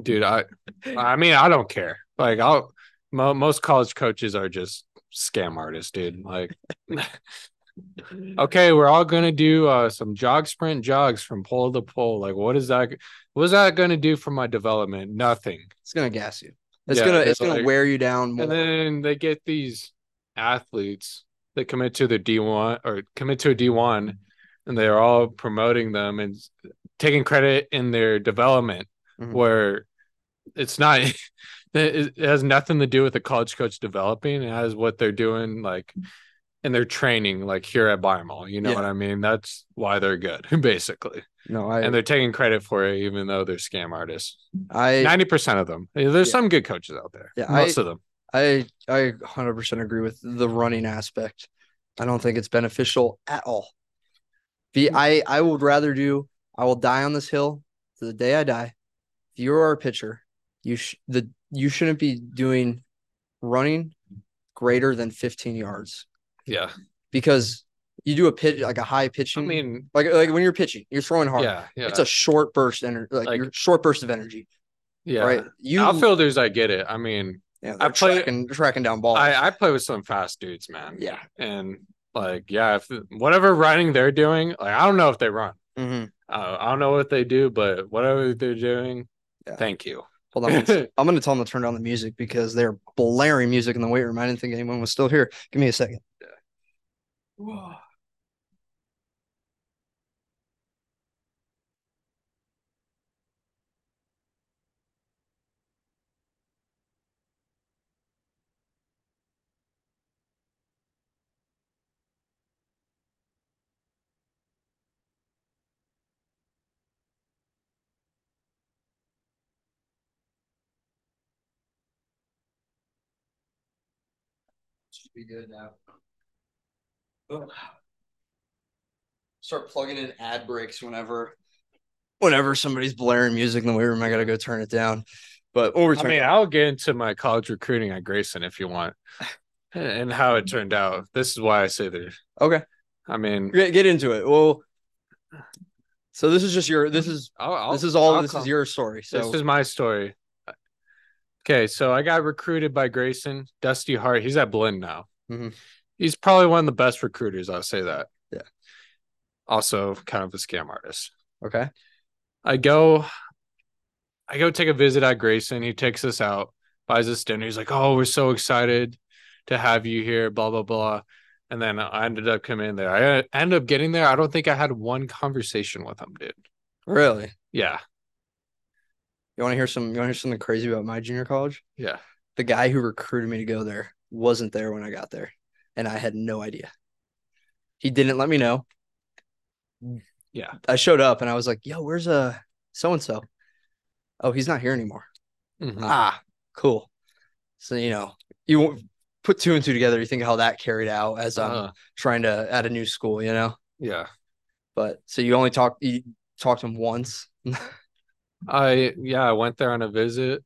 dude, I, I mean, I don't care. Like, I'll. Mo- most college coaches are just scam artists, dude. Like, *laughs* okay, we're all gonna do uh, some jog sprint jogs from pole to pole. Like, what is that? What is that gonna do for my development? Nothing.
It's gonna gas you. It's
Yeah,
gonna
they're
it's gonna
like-
wear you down more.
And then they get these athletes that commit to the D1 or commit to a D1 and they're all promoting them and taking credit in their development
Mhm.
where it's not *laughs* it it has nothing to do with the college coach developing it has what they're doing like in their training like here at Bimal you know
Yeah.
what I mean that's why they're good *laughs* basically
no, I
and they're taking credit for it even though they're scam artists
I
90% of them there's
Yeah.
some good coaches out there
Yeah, I-
most of them
I I 100% agree with the running aspect. I don't think it's beneficial at all. Be I I would rather do I will die on this hill to the day I die. If you are a pitcher, you sh- the you shouldn't be doing running greater than 15 yards
yeah
because you do a pitch like a high pitching
I mean
like like when you're pitching, you're throwing Mm-hmm. hard.
Yeah, yeah,
It's a short burst energy like,
Like-
your short burst of energy,
yeah.
right? You
Outfielders, I get it. I mean,
yeah,
I
they're
play-
tracking, tracking down balls.
I I play with some fast dudes, man.
Oh. yeah.
and like, yeah, if whatever running they're doing, like, I don't know if they run.
Mhm.
Uh, I don't know what they do, but whatever they're doing,
Yeah.
thank you.
Hold on, one sec. I'm gonna tell them to turn down the music because they're blaring music in the weight room. I didn't think anyone was still here. Give me a second. Be good now. Oh. Start plugging in ad breaks whenever, whenever somebody's blaring music in the weight room. I gotta go turn it down. But what we're
I
talking
mean, I'll get into my college recruiting at Grayson if
*laughs*
you want, and how it turned out. This is why I say that.
okay,
I mean,
get, get into it. Well, so this is just your this is
I'll, I'll,
this is all
I'll
this
come-
is your story. So
This is my story. Okay, so I got recruited by Grayson Dusty Hart. He's at Blinn now.
Mhm.
He's probably one of the best recruiters. I'll say that.
Yeah.
Also, kind of a scam artist.
okay,
I go, I go take a visit at Grayson. He takes us out, buys us dinner. He's like, "Oh, we're so excited to have you here." Blah blah blah. And then I ended up coming in there. I ended up getting there. I don't think I had one conversation with him, dude.
really,
Yeah,
you want to hear some? You want to hear something crazy about my junior college?
yeah.
The guy who recruited me to go there wasn't there when I got there, and I had no idea. He didn't let me know.
Yeah.
I showed up and I was like, "Yo, where's uh so and so?" Oh, he's not here anymore.
Mhm.
Ah, cool. So you know, you won't- put two and two together. You think how that carried out as I'm
Uh,
trying to at a new school, you know.
yeah.
But so you only talk you talked to him once.
I yeah, I went there on a visit.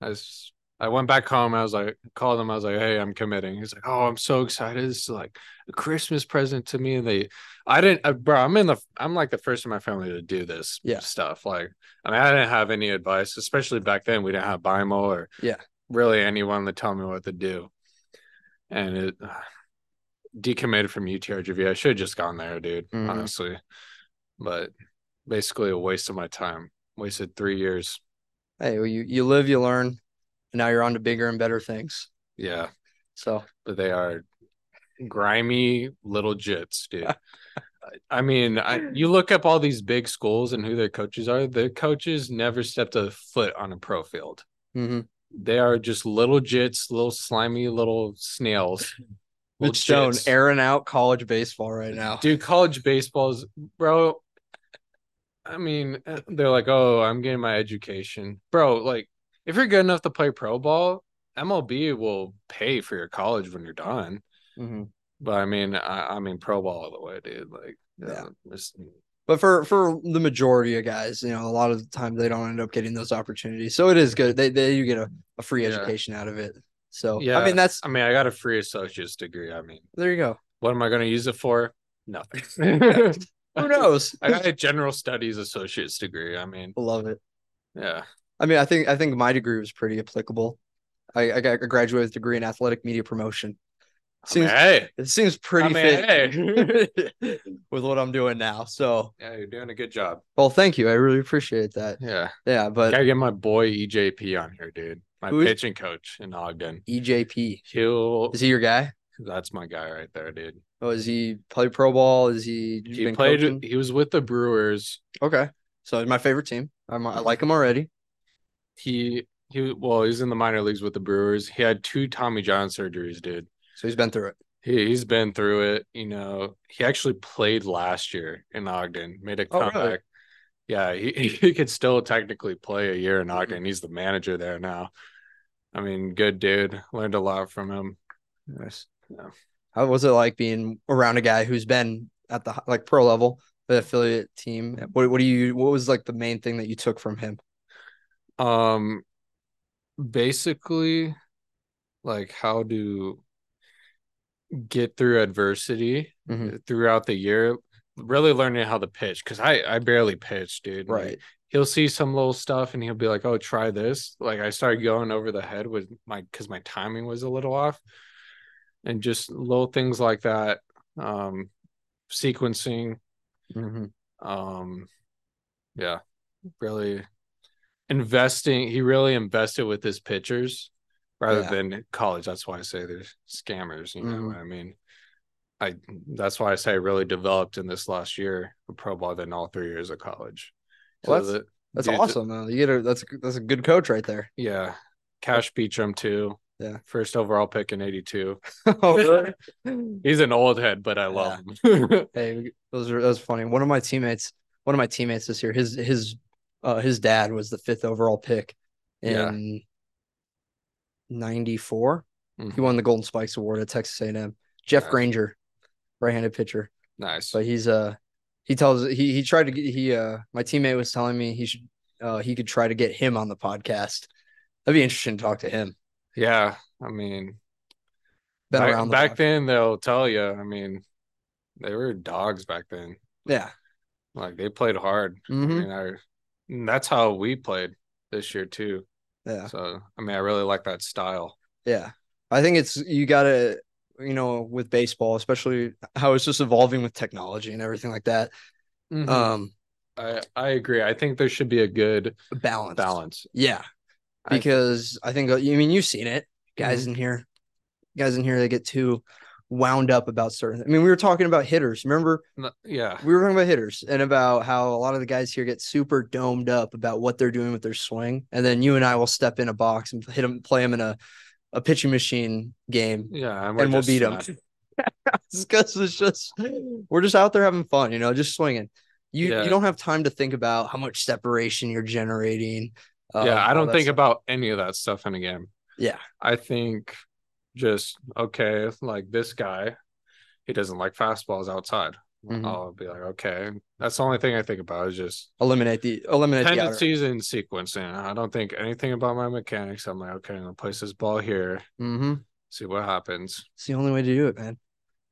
I s- I went back home. I was like, called him. I was like, hey, I'm committing. He's like, oh, I'm so excited. This is like a Christmas present to me. And they, I didn't, uh, bro. I'm in the, I'm like the first in my family to do this
Yeah.
stuff. Like, I mean, I didn't have any advice, especially back then. We didn't have BIMO or
Yeah.
really anyone to tell me what to do. And it uh, decommitted from UTRGV. I should have just gone there, dude.
Mhm.
Honestly, but basically a waste of my time. Wasted three years.
hey, well, you you live, you learn, and now you're on to bigger and better things.
Yeah,
So
but they are grimy little jits, dude. I- I mean, I, you look up all these big schools and who their coaches are. Their coaches never stepped a foot on a pro field.
mhm.
They are just little jits, little slimy little snails. Little
Mitch Stone
jits.
airing out college baseball right now.
Dude, college baseball's bro. I mean, they're like, oh, I'm getting my education, bro. Like, if you're good enough to play pro ball, MLB will pay for your college when you're done.
Mhm.
But I mean, I, I mean, pro ball all the way, dude. Like,
Yeah.
yeah, it's-
But for for the majority of guys, you know, a lot of the time they don't end up getting those opportunities. So it is good. They they you get a, a free
Yeah.
education out of it. So I
Yeah.
mean that's
I mean, I got a free associate's degree. I mean,
there you go.
what am I going to use it for? Nothing.
*laughs*
*laughs*
Who knows?
I
*laughs*
got a general studies associate's degree. I mean,
Love it.
yeah,
I mean, I think I think my degree was pretty applicable. I, I got a graduated degree in athletic media promotion.
I mean,
Seems
hey,
it seems pretty
Oh, I mean,
fit *laughs*
*laughs*
with what I'm doing now. So
yeah, you're doing a good job.
well, thank you. I really appreciate that.
Yeah,
Yeah, but
gotta get my boy EJP on here, dude. My
Who is-
pitching coach in Ogden.
EJP
He'll.
E is he your guy?
That's my guy right there, dude.
Oh, is he play pro ball? Is he?
He
been
played.
coaching?
He was with the Brewers.
Okay. So he's my favorite team. I'm, I like him already.
He he. Well, he's in the minor leagues with the Brewers. He had two Tommy John surgeries, dude.
So he's been through it.
He he's been through it. You know, he actually played last year in Ogden, made a
Oh, really?
comeback. Yeah, he *laughs* he could still technically play a year
Mm-hmm.
in Ogden. He's the manager there now. I mean, good dude. Learned a lot from him.
Nice.
Yeah.
How was it like being around a guy who's been at the like pro level, the affiliate team? What what do you what was like the main thing that you took from him?
Um, basically, like how to get through adversity
Mhm.
throughout the year. Really learning how to pitch because I I barely pitched, dude. Like, he'll see some little stuff and he'll be like, "Oh, try this." Like I started going over the head with my because my timing was a little off, and just little things like that, um, sequencing,
Mhm.
um, yeah, really investing. He really invested with his pitchers rather
Yeah.
than college. That's why I say they're scammers. You know
Mhm.
what I mean? I that's why I say I really developed in this last year of pro ball than all three years of college.
Well,
So that-
That's
dude,
awesome though. You get a that's that's a good coach right there. *laughs*
Yeah. Cash Beecham too.
Yeah.
First overall pick in 82.
Oh, really?
*laughs* He's an old head, but I love him. *laughs*
hey, we- those are that's funny. One of my teammates, one of my teammates this year, his his uh his dad was the fifth overall pick
Yeah.
in ninety four. He won the Golden Spikes Award at Texas A&M. Jeff
Mm-hmm. Nice.
Granger, right-handed pitcher,
Nice.
but he's uh he tells he he tried to get he uh my teammate was telling me he should uh he could try to get him on the podcast. That'd be interesting to talk to him.
yeah. I mean,
Been
back,
around the
back
block.
then, they'll tell you. I mean, they were dogs back then.
Yeah.
Like they played hard.
hmm
I mean, I, and that's how we played this year too.
Yeah.
So I mean, I really like that style.
Yeah. I think it's you gotta you know with baseball, especially how it's just evolving with technology and everything like that.
Mm-hmm.
Um,
Uh, I I agree. I think there should be a good
balance.
balance.
Yeah.
I-
Because I, think uh, I mean you've seen it, guys in here. Guys in here they get too wound up about certain I mean, we were talking about hitters. Remember,
N- Yeah.
we were talking about hitters and about how a lot of the guys here get super domed up about what they're doing with their swing. And then you and I will step in a box and hit them, play them in a, a pitching machine game
Yeah.
and we'll
just
beat them.
not-
*laughs* Because it's just we're just out there having fun, you know, just swinging. You
Yeah.
you don't have time to think about how much separation you're generating. um,
yeah. I
all
don't
that
think
stuff.
about any of that stuff in a game.
Yeah.
I think just okay, like this guy, he doesn't like fastballs outside.
Mhm.
I'll be like, okay, that's the only thing I think about is just
eliminate the eliminate the outer.
tendencies and sequencing. I don't think anything about my mechanics. I'm like, okay, I'm gonna place this ball here,
hmm
see what happens.
It's the only way to do it, man.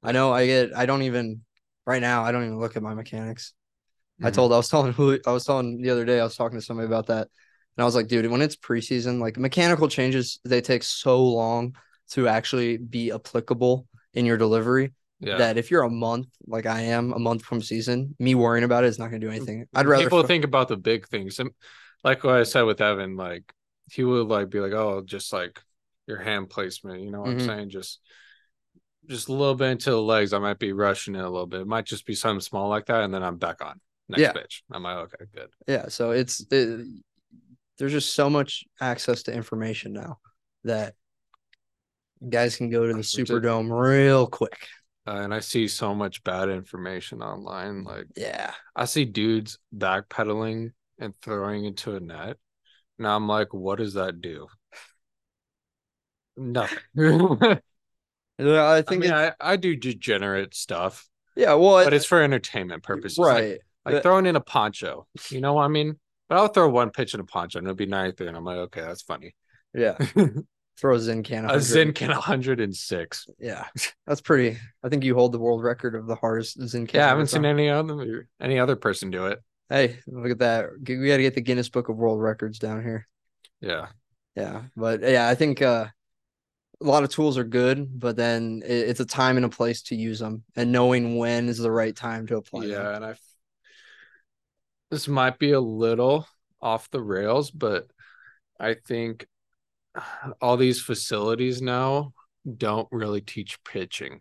I know. I get. I don't even right now. I don't even look at my mechanics. I
Mhm.
told. I was telling. *laughs* Julio- I was telling the other day. I was talking to somebody about that, and I was like, dude, when it's preseason, like mechanical changes, they take so long to actually be applicable in your delivery.
Yeah.
that if you're a month like I am, a month from season, me worrying about it is not going to do anything. I'd rather
Mm-hmm. people
fo-
think about the big things. And like what I said with Evan, like he would like be like, Oh, just like your hand placement, you know what
Mhm.
I'm saying? Just just a little bit into the legs. I might be rushing it a little bit. It might just be something small like that, and then I'm back on. Next
Yeah.
pitch. I'm like, okay, good.
yeah. So it's it, there's just so much access to information now that guys can go to the
That's it.
Superdome real quick.
Uh, and I see so much bad information online. Like
Yeah,
I see dudes backpedaling and throwing into a net. And I'm like, what does that do?
*laughs*
Nothing. *laughs*
Yeah, I
I
think
mean,
it-
I, I do degenerate stuff,
yeah. Well,
but it's for entertainment purposes. Like-
right.
Like,
That-
throwing in a poncho. You know what I mean? But I'll throw one pitch in a poncho and it'll be 93. And I'm like, okay, that's funny. *laughs*
yeah, throw a Zen can. *laughs*
a Zen can 106.
Yeah, that's pretty. I think you hold the world record of the hardest Zen can.
Yeah, I haven't seen any other any other person do it.
Hey, look at that. We got to get the Guinness Book of World Records down here.
Yeah.
Yeah, but yeah, I think uh, a lot of tools are good, but then it, it's a time and a place to use them, and knowing when is the right time to apply. them.
Yeah, and I this might be a little off the rails, but I think all these facilities now don't really teach pitching.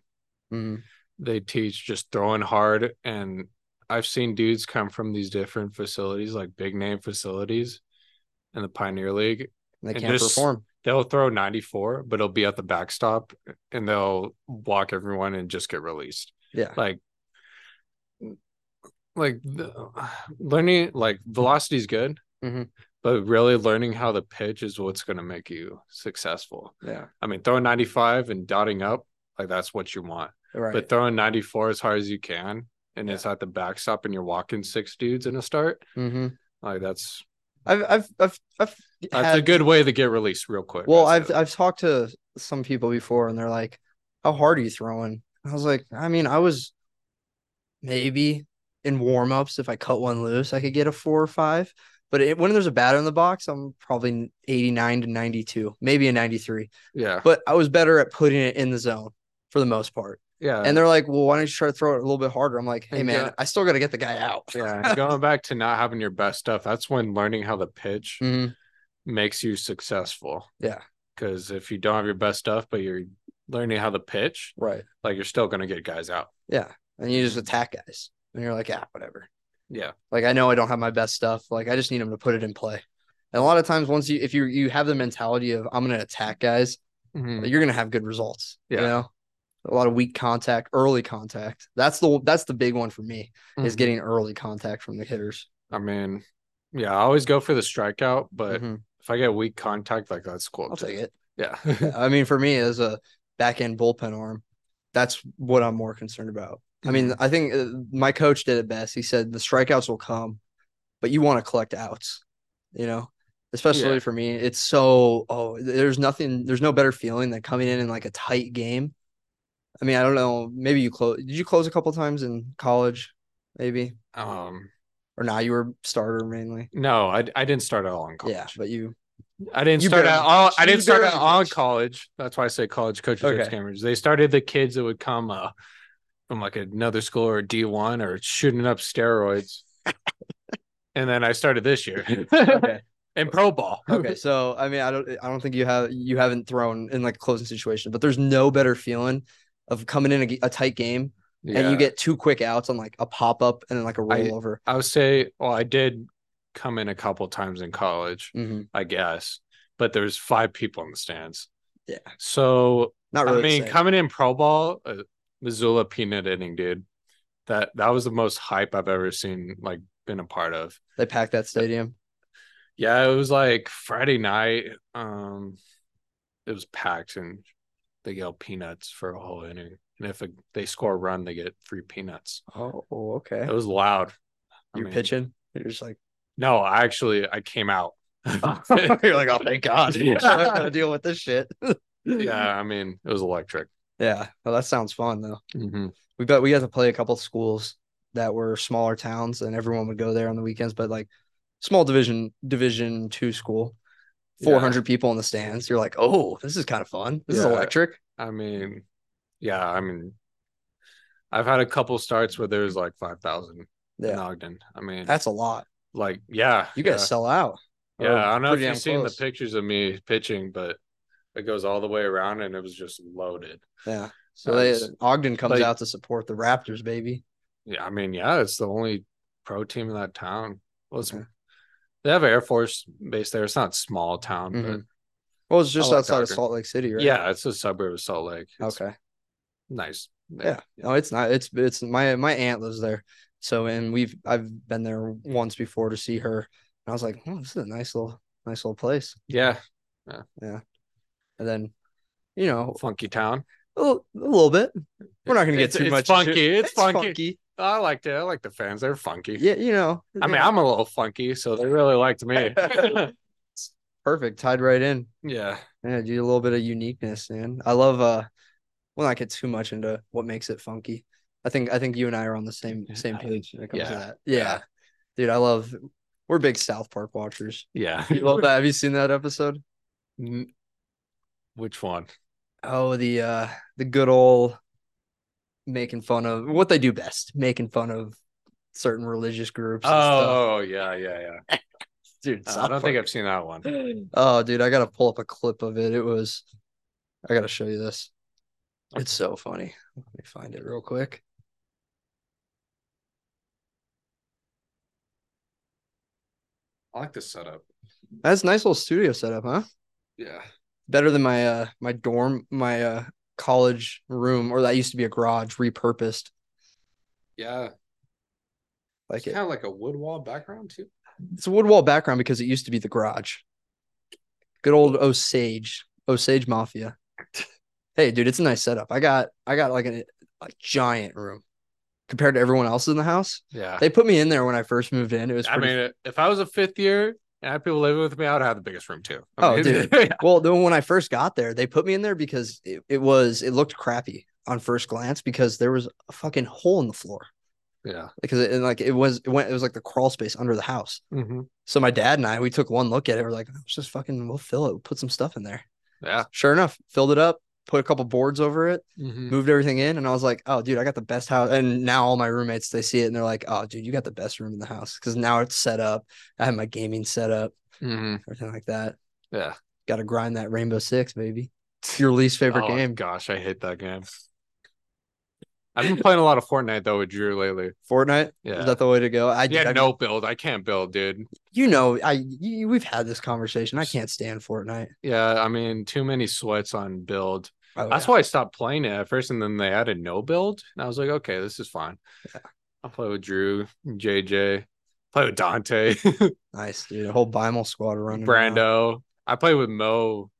Mhm.
They teach just throwing hard and I've seen dudes come from these different facilities, like big name facilities in the Pioneer League.
they
And
can't
just-
perform.
They'll throw 94, but it'll be at the backstop and they'll walk everyone and just get released
Yeah,
like like the, learning like velocity is good
Mhm.
but really learning how to pitch is what's going to make you successful
yeah,
i mean throwing 95 and dotting up like that's what you want
right.
but throwing 94 as hard as you can and
Yeah.
it's at the backstop and you're walking six dudes in a start
hmm
like that's
I've, I've, I've, I've
that's
had,
a good way to get released real quick
Well, I've,
That's it.
I've talked to some people before, and they're like, "How hard are you throwing?" I was like, "I mean, I was maybe in warm ups. If I cut one loose, I could get a four or five. But it, when there's a batter in the box, I'm probably 89 to 92, maybe a 93.
yeah
but I was better at putting it in the zone for the most part.
yeah
And they're like, "Well, why don't you try to throw it a little bit harder?" I'm like, "Hey,
And
man,
go-
I still got to get the guy out."
yeah and going back to not having your best stuff that's when learning how to pitch
Mhm.
makes you successful.
Yeah.
Because if you don't have your best stuff, but you're learning how to pitch,
Right.
like you're still going to get guys out.
Yeah. And you just attack guys, and you're like, "Yeah, whatever."
Mm. Yeah.
Like I know I don't have my best stuff. Like I just need them to put it in play. And a lot of times, once you if you you have the mentality of I'm gonna attack guys, you're gonna have good results. You
Mm. Yeah.
know, a lot of weak contact, early contact. That's the that's the big one for me is
Mhm.
getting early contact from the hitters.
I mean, yeah, I always go for the strikeout, but
Mhm.
if I get weak contact, like that's cool.
I'll
too.
take it.
Yeah. *laughs*
I mean, for me as a back end bullpen arm, that's what I'm more concerned about. I mean, I think uh, my coach did it best. He said the strikeouts will come, but you want to collect outs, you know, especially
Yeah.
for me. It's so, oh, there's nothing, there's no better feeling than coming in in like a tight game. I mean, I don't know. Maybe you close, did you close a couple times in college? Maybe,
um
or now you were starter mainly.
no, I I didn't start out on college.
Yeah, but you,
I didn't
You
start
barely
out all I
you
didn't start out
barely
on
pitched.
college. That's why I say college coaches
Okay.
are scammers. They started the kids that would come uh, from like another school or D one or shooting
*laughs*
up steroids. and then I started this year
okay.
*laughs* in pro ball. *laughs*
Okay, so I mean, I don't, I don't think you have, you haven't thrown in like a closing situation, but there's no better feeling of coming in a, g- a tight game and
Yeah.
you get two quick outs on like a pop up and then like a rollover.
I would say, well, I did come in a couple times in college,
Mhm.
I guess, but there's five people in the stands.
Yeah.
So
Not really.
I mean,
the same.
coming in pro ball, uh, Missoula peanut inning, dude. That that was the most hype I've ever seen, like been a part of.
they packed that stadium.
Yeah, it was like Friday night. Um, it was packed, and they yell peanuts for a whole inning. And if a, they score a run, they get free peanuts.
Oh, okay.
It was loud. I
You're
mean,
pitching. You're just like,
No, I actually I
*laughs*
came out.
you're
*laughs*
like, oh, thank God.
Yeah.
I'm not gonna *laughs* deal with this shit.
*laughs* yeah, I mean it was electric.
Yeah. Well, that sounds fun though.
Mm-hmm.
We got we got to play a couple schools that were smaller towns, and everyone would go there on the weekends. But like small division division two school, four hundred people in the stands. You're like, oh, this is kind of fun. This is
Yeah.
electric.
I mean, yeah, I mean, I've had a couple starts where there's like five thousand in
Yeah,
Ogden. I mean,
that's a lot.
like yeah,
You guys
yeah.
sell out.
Yeah, I don't know if
Pretty
you've
damn
seen
close.
the pictures of me pitching, but it goes all the way around and it was just loaded.
Yeah. So they,
Nice.
Ogden comes
Like-
out to support the Raptors, baby.
Yeah, I mean, yeah, it's the only pro team in that town. Well, it's,
Okay.
they have an Air Force base there. It's not a small town,
Mhm. Well, it's just
like
outside of
Ogden.
Salt Lake City,
but
right?
yeah, it's a suburb of Salt Lake. It's
Okay.
nice.
Yeah. No, it's not. It's it's my my aunt lives there. So and we've I've been there once before to see her, and I was like, oh, this is a nice little nice little place.
yeah,
And then, you know,
funky town.
a little, a little bit. We're not gonna get
It's-
too
it's
much
funky.
into-
It's funky. I liked it. I like the fans. They're funky.
Yeah, you know.
I mean, I'm a little funky, so they really liked
*laughs*
me. *laughs*
perfect. Tied right in.
yeah.
Yeah, do a little bit of uniqueness, man. I love uh well not get too much into what makes it funky. I think I think you and I are on the same same page when it comes to
Yeah.
that. Yeah. Dude, I love we're big South Park watchers.
Yeah.
*laughs* You love that. Have you seen that episode?
N- Which one?
Oh, the uh the good old making fun of what they do best, making fun of certain religious groups. and stuff.
Oh, yeah, yeah, yeah.
dude,
Uh,
South
I don't think
Park.
I've seen that one.
*gasps* Oh, dude, I gotta pull up a clip of it. It was, I gotta show you this. It's so funny. Let me find it real quick.
I like the setup.
That's a nice little studio setup, huh?
Yeah.
Better than my uh my dorm, my uh college room, or that used to be a garage repurposed.
Yeah.
Like it,
of like a wood wall background, too.
it's a wood wall background because it used to be the garage. Good old Osage, Osage
*laughs*
Mafia. hey, dude, it's a nice setup. I got I got like a, a giant room compared to everyone else in the house.
Yeah.
They put me in there when I first moved in. It was
I
pretty.
mean, if I was a fifth year and I had people living with me, I would have the biggest room, too. I
Oh,
mean, *laughs*
dude. well, then when I first got there, they put me in there because it, it was it looked crappy on first glance because there was a fucking hole in the floor
yeah.
because it, and like it was it went it was like the crawl space under the house.
hmm
So my dad and I we took one look at it. We're like, let's just fucking we'll fill it. We'll put some stuff in there.
Yeah.
Sure enough, filled it up, put a couple boards over it,
Mm-hmm.
moved everything in, and I was like, oh, dude, I got the best house. And now all my roommates they see it and they're like, oh, dude, you got the best room in the house because now it's set up. I have my gaming set up,
hmm
everything like that.
Yeah.
Got to grind that Rainbow Six, baby. Your least favorite
Oh,
game.
Gosh, I hate that game. I've been playing a lot of Fortnite, though, with Drew lately.
Fortnite.
Yeah.
Is that the way to go? I,
Yeah,
I-
no build. I can't build, dude.
You know, I you, we've had this conversation. I can't stand Fortnite.
Yeah, I mean, too many sweats on build.
Oh,
That's
yeah.
why I stopped playing it at first, and then they added no build, and I was like, okay, this is fine. I'll play with Drew, JJ, play
*laughs*
with Dante, *laughs*
nice, dude. A whole Bimal squad running. around.
Brando. I play with Mo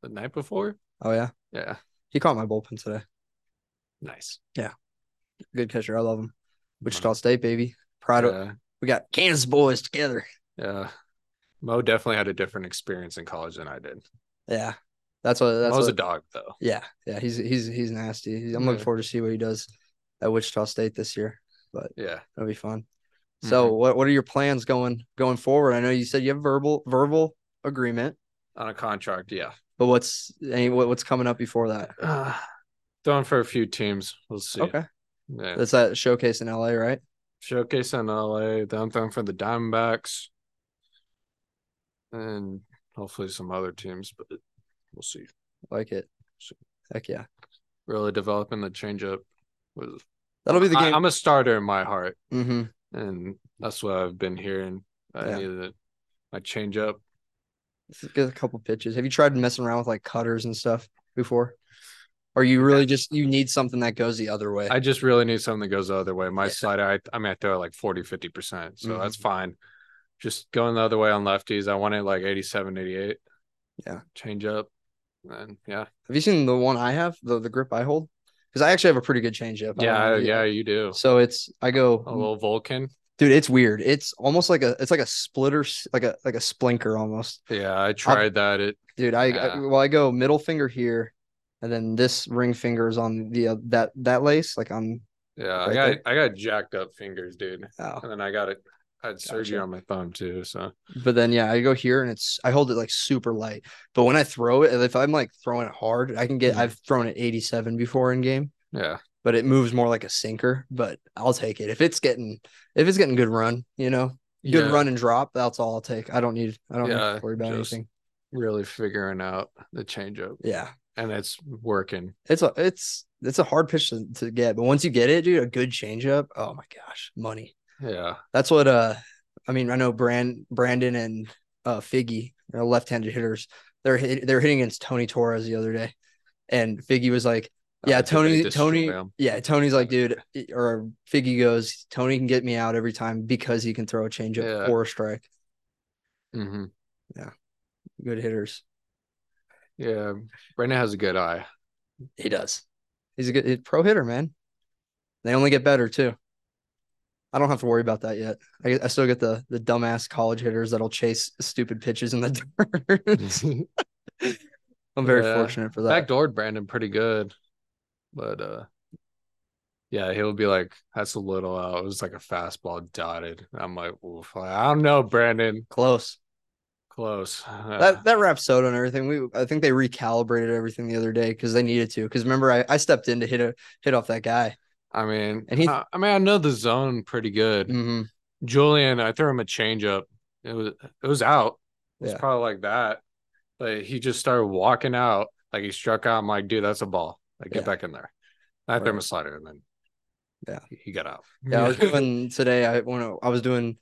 the night before.
Oh yeah,
Yeah,
he caught my bullpen today.
nice.
Good catcher. I love him. Wichita
Wow.
State, baby. Pride. of-
yeah,
we got Kansas boys together.
yeah. Mo definitely had a different experience in college than I did.
Yeah, that's what. That's
Mo's
what,
a dog though.
yeah, yeah. He's he's he's nasty. He's, I'm looking
Yeah.
forward to see what he does at Wichita State this year.
Yeah.
That'll be fun. So
Mm-hmm.
what what are your plans going going forward? I know you said you have verbal verbal agreement,
On a contract, yeah. *sighs*
but what's any what, what's coming up before that?
Uh, throwing for a few teams. We'll see.
Okay,
Yeah.
that's that showcase in LA, right?
Showcase in LA. Then I'm throwing for the Diamondbacks, and hopefully some other teams. But we'll see.
Like it.
Sure.
Heck yeah,
Really developing the changeup. Was
that'll be the
I,
game.
I'm a starter in my heart,
mm-hmm.
and that's what I've been hearing. I
Yeah.
need to, my changeup.
Get a couple pitches. Have you tried messing around with like cutters and stuff before? Or you really just you need something that goes the other way?
I just really need something that goes the other way. My
Yeah. Mm-hmm.
slider, I, I mean, I throw like 40, 50%. So that's fine. Just going the other way on lefties. I want it like 87, 88.
Yeah.
Change up. And yeah.
Have you seen the one I have, the the grip I hold? Because I actually have a pretty good changeup. I don't
Yeah.
know
I-
if you-
yeah. Oh, You do.
So it's I go
A little Vulcan.
dude, it's weird. It's almost like a it's like a splitter, s- like a like a splinker almost.
Yeah. I tried that. It,
Dude, I, I
Yeah.
well I go middle finger here, and then this ring finger is on the uh, that that lace like on
yeah.
Right
I got,
there.
I got jacked up fingers, dude.
oh.
And then I got it. I had surgery
Gotcha.
on my thumb too. So
But then yeah, I go here and it's I hold it like super light. But when I throw it, if I'm like throwing it hard, I can get
Mhm.
I've thrown it 87 before in game.
yeah.
but it moves more like a sinker. But I'll take it if it's getting if it's getting good run, you know, good
yeah,
run and drop. That's all I'll take. I don't need I don't need
Yeah,
to worry about
just-
anything.
Really figuring out the changeup.
Yeah,
And it's working.
it's a it's it's a hard pitch to, to get, but once you get it, dude, a good changeup. Oh my gosh, money.
Yeah.
That's what uh, I mean, I know Brand Brandon and uh Figgy are left-handed hitters. They're hit, they're hitting against Tony Torres the other day, and Figgy was like. Yeah,
Uh, did they
Tony.
destroy
Tony.
him?
Yeah, Tony's like, dude, e, or Figgy goes, Tony can get me out every time because he can throw a changeup
Yeah.
or a strike.
Mhm.
Good hitters.
Yeah, Brendan has a
*laughs*
good eye. *laughs*
He does. He's a good he's a pro hitter, man. They only get better too. I don't have to worry about that yet. I, get- I still get the the dumbass college hitters that'll chase stupid pitches in the *laughs*
*laughs*
dirt. I'm very
Yeah.
fortunate for that.
Backdoored Brandon pretty good, but uh, yeah, he'll be like, "That's a little out." It was like a fastball dotted. I'm like, "Oof, I don't know, Brandon."
Close.
Close. Uh,
that that wraps soda and everything. We I think they recalibrated everything the other day because they needed to. Because remember, I, I stepped in to hit a hit off that guy.
I mean,
and he-
I, I mean, I know the zone pretty good.
hmm
Julian, I threw him a changeup. It was it was out. It was
Yeah.
probably like that, but he just started walking out like he struck out. I'm like, dude, that's a ball. Like, get
Yeah.
back in there. I threw him a
Right.
slider, and then
Yeah.
he- he got out.
Yeah, I
*laughs*
was doing today. I when I- I was doing,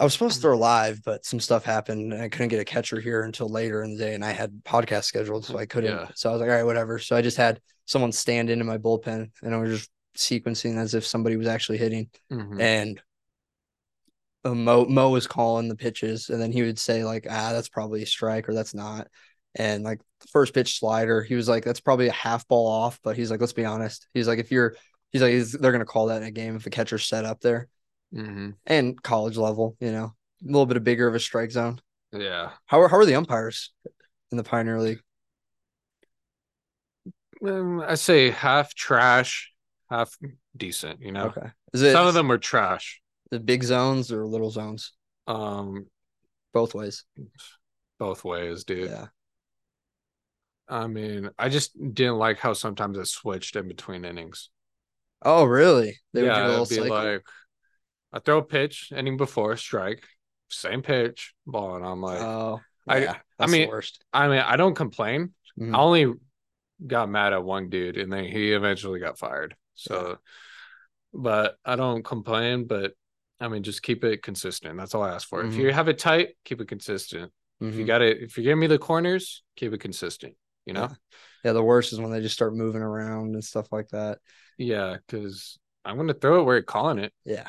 I was supposed to throw live, but some stuff happened, and I couldn't get a catcher here until later in the day, and I had podcast scheduled, so I couldn't.
Yeah.
So I was like, all right, whatever. So I just had someone stand into my bullpen, and I was just sequencing as if somebody was actually hitting,
Mhm.
and. uh, Mo Mo was calling the pitches, and then he would say like, "Ah, that's probably a strike, or that's not." And like the first pitch slider, he was like, "That's probably a half ball off," but he's like, "Let's be honest." He's like, "If you're He's like, he's, they're going to call that in a game if a catcher's set up there
hmm
and college level, you know, a little bit of bigger of a strike zone.
Yeah.
How are, how are the umpires in the Pioneer League?
Um, I say half trash, half decent, you know.
Okay. Is it
Some of them are trash.
the big zones or little zones?
Um
Both ways.
both ways, dude.
Yeah.
I mean, I just didn't like how sometimes it switched in between innings.
Oh, really?
yeah,
do a
it'd be
cycle?
like I throw a pitch, inning before, strike, same pitch, ball, and I'm like
oh,
I-
yeah,
I
that's
mean-
the worst.
I mean, I don't complain.
Mhm.
I only got mad at one dude and then he eventually got fired. So but I don't complain, but I mean just keep it consistent. That's all I ask for. If
Mhm.
you have it tight, keep it consistent. If you
Mhm.
got it if you give me the corners, keep it consistent, you know?
Yeah, the worst is when they just start moving around and stuff like that.
Yeah, because I'm gonna throw it where you're calling it,
Yeah.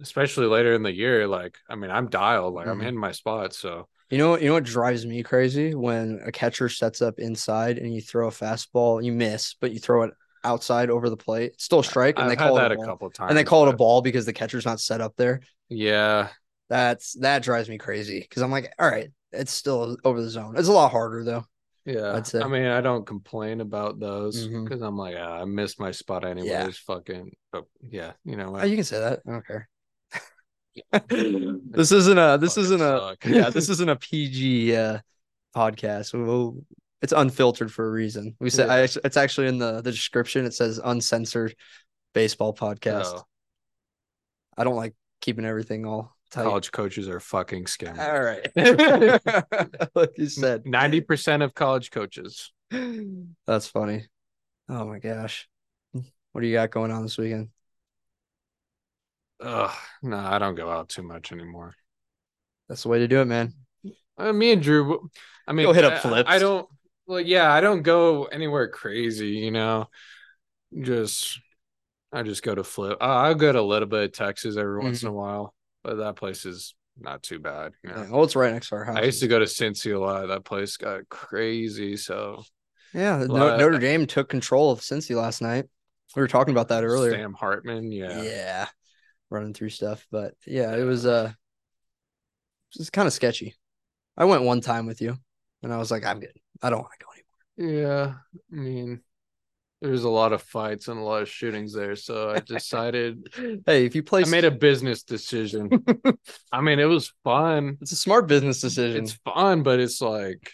especially later in the year. Like, I mean, I'm dialed, like I'm
Mhm.
hitting my spot, so
You know, you know what drives me crazy when a catcher sets up inside and you throw a fastball, you miss, but you throw it outside over the plate. It's still a strike, and
I've
they
had
call
that
it a
a
ball.
couple times.
And they call it a
but-
ball because the catcher's not set up there.
Yeah,
That's that drives me crazy because I'm like, all right, it's still over the zone. It's a lot harder though.
yeah.
I'd say.
I mean, I don't complain about those because
Mhm.
I'm like, ah, I missed my spot anyways.
Yeah.
Fucking, but yeah, you know
Oh,
what?
you can say that. I don't care. *laughs* this isn't a this
Fucking
isn't a
suck.
yeah
*laughs*
this isn't a PG uh, podcast. We- We'll, it's unfiltered for a reason. We said
Yeah.
I act- it's actually in the the description. It says uncensored baseball podcast.
So,
I don't like keeping everything all tight.
college coaches are fucking scammers.
*laughs* All right, like you said,
Ninety percent of college coaches.
That's funny. Oh my gosh, what do you got going on this weekend?
Ugh, no, I don't go out too much anymore.
That's the way to do it, man.
Uh, me and Drew, I mean,
Go hit up
I-
Flips.
I don't. Well, yeah, I don't go anywhere crazy. You know, just I just go to Flip. uh, I- I'll go to a little bit of Texas every once
Mm-hmm.
in a while, but that place is not too bad. You know,
Yeah, well, it's right next to our house.
I used to go to Cincy a lot. That place got crazy. So
Yeah,
Well,
no,
I-
Notre Dame took control of Cincy last night. We were talking about that earlier.
Sam Hartman, yeah,
yeah. running through stuff, but yeah, it was uh, it was kind of sketchy. I went one time with you, and I was like, I'm good. I don't want to go anymore.
Yeah, I mean, there's a lot of fights and a lot of shootings there,
*laughs*
so I decided
Hey, if you play,
I made a business
*laughs*
decision. I mean, it was fun.
it's a smart business decision.
It's fun, but it's like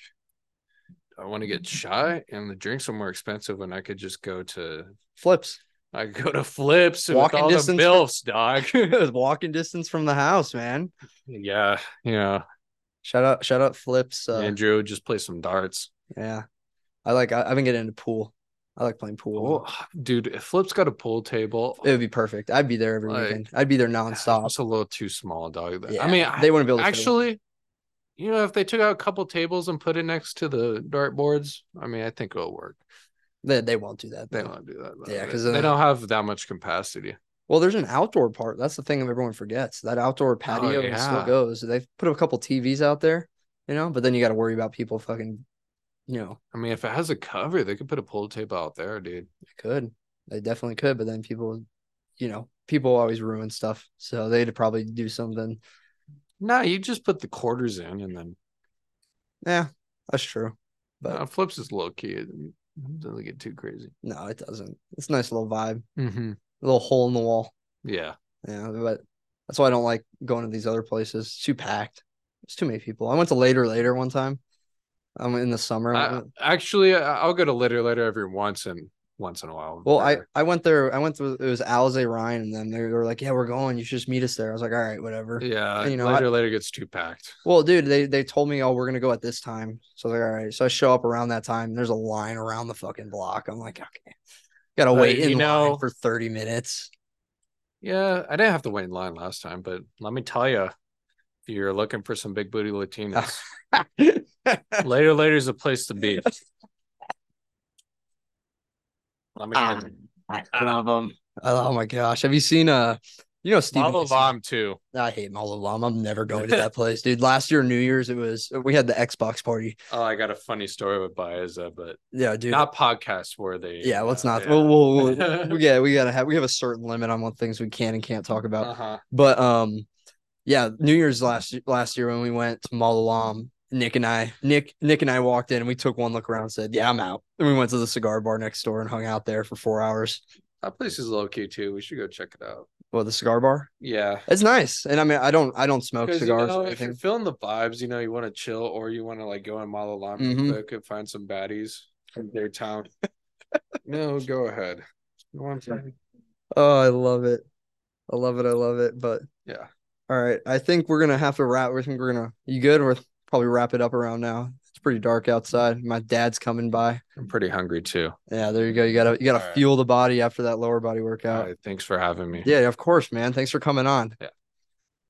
I want to get shot, and the drinks are more expensive when I could just go to
Flips. *laughs*
I could go to flips and
Walking
with all the
distance
bills, dog. *laughs*
it was walking distance from the house, man.
yeah, yeah.
Shout out, shout out, Flips. Uh,
Andrew just play some darts.
yeah, I like. I, I've been getting into pool. I like playing pool.
Oh, dude, if flips got a pool table.
It would be perfect. I'd be there every
Like-
weekend. I'd be there
It's
nonstop.
a little too small, dog.
Yeah,
I mean, I-
they wouldn't be able to fit it all.
actually you know if they took out a couple tables and put it next to the dart boards i mean i think it'll work
They, they won't do that.
they
though.
don't do that though.
Yeah,
They-
'cause,
they
uh,
don't have that much capacity
Well, there's an outdoor part. That's the thing that everyone forgets. That outdoor patio still
Oh, yeah.
goes. They've put a couple TVs out there, you know, but then you got to worry about people fucking, you know,
i mean if it has a cover they could put a pool table out there dude
they could. They definitely could, but then people, you know, people always ruin stuff. So they'd probably do something.
nah, you just put the quarters in and then
Yeah, that's true. But-
Nah, flips is low key it doesn't get too crazy
No, it doesn't. It's a nice little vibe,
mm-hmm.
a little hole in the wall.
yeah
Yeah, but that's why I don't like going to these other places. It's too packed. It's too many people. I went to Later Later one time. I'm in the summer. uh,
I, actually I- i'll go to later later every once and once in a while
Well, I,
Or-
I went there. I went to it was Alze Ryan and them. They were like, "Yeah, we're going. You should just meet us there." I was like, "All right, whatever."
yeah
you know,
later later gets too packed
Well, dude, they they told me, "Oh, we're gonna go at this time." So I was like, "All right." So I show up around that time. And there's a line around the fucking block. I'm like, "Okay, gotta
Uh,
wait in
you
line
know-
for thirty
*laughs*
minutes."
Yeah, I didn't have to wait in line last time, but let me tell you, if you're looking for some big
*laughs*
booty Latinas, later later is a place to be. Let me
Ah,
tell you.
love them. Oh my gosh, have you seen uh, you know Steve?
Follow Vom too.
I hate Malo Lom. I'm never going
*laughs*
to that place, dude. Last year New Year's, it was we had the Xbox party.
Oh, I got a funny story with Baeza, but
Yeah, dude.
not podcast worthy.
yeah, let's not.
Yeah.
We'll, we'll, we'll,
*laughs*
we yeah, we gotta have we have a certain limit on what things we can and can't talk about.
uh-huh.
But um, yeah, New Year's last last year when we went to Malalam, Nick and I, Nick Nick and I walked in and we took one look around, and said, "Yeah, I'm out." And we went to the cigar bar next door and hung out there for four hours.
That place is low key too. We should go check it out.
Well, the cigar bar,
Yeah.
it's nice, and I mean, I don't I don't smoke
Because you
cigars.
know,
or
if you're
anything.
feeling the vibes, you know, you want to chill or you want to like go in Malalam
Mhm.
real quick and find some baddies in their
*laughs*
town. no, go ahead. You know what I'm saying?
Oh, I love it, I love it, I love it. But
Yeah.
all right, I think we're gonna have to wrap. I think we're gonna you good? We're probably wrap it up around now. It's pretty dark outside. My dad's coming by.
I'm pretty hungry too.
Yeah, there you go. You gotta you gotta
All right.
fuel the body after that lower body workout.
All right, thanks for having me.
Yeah, of course, man. Thanks for coming on.
Yeah.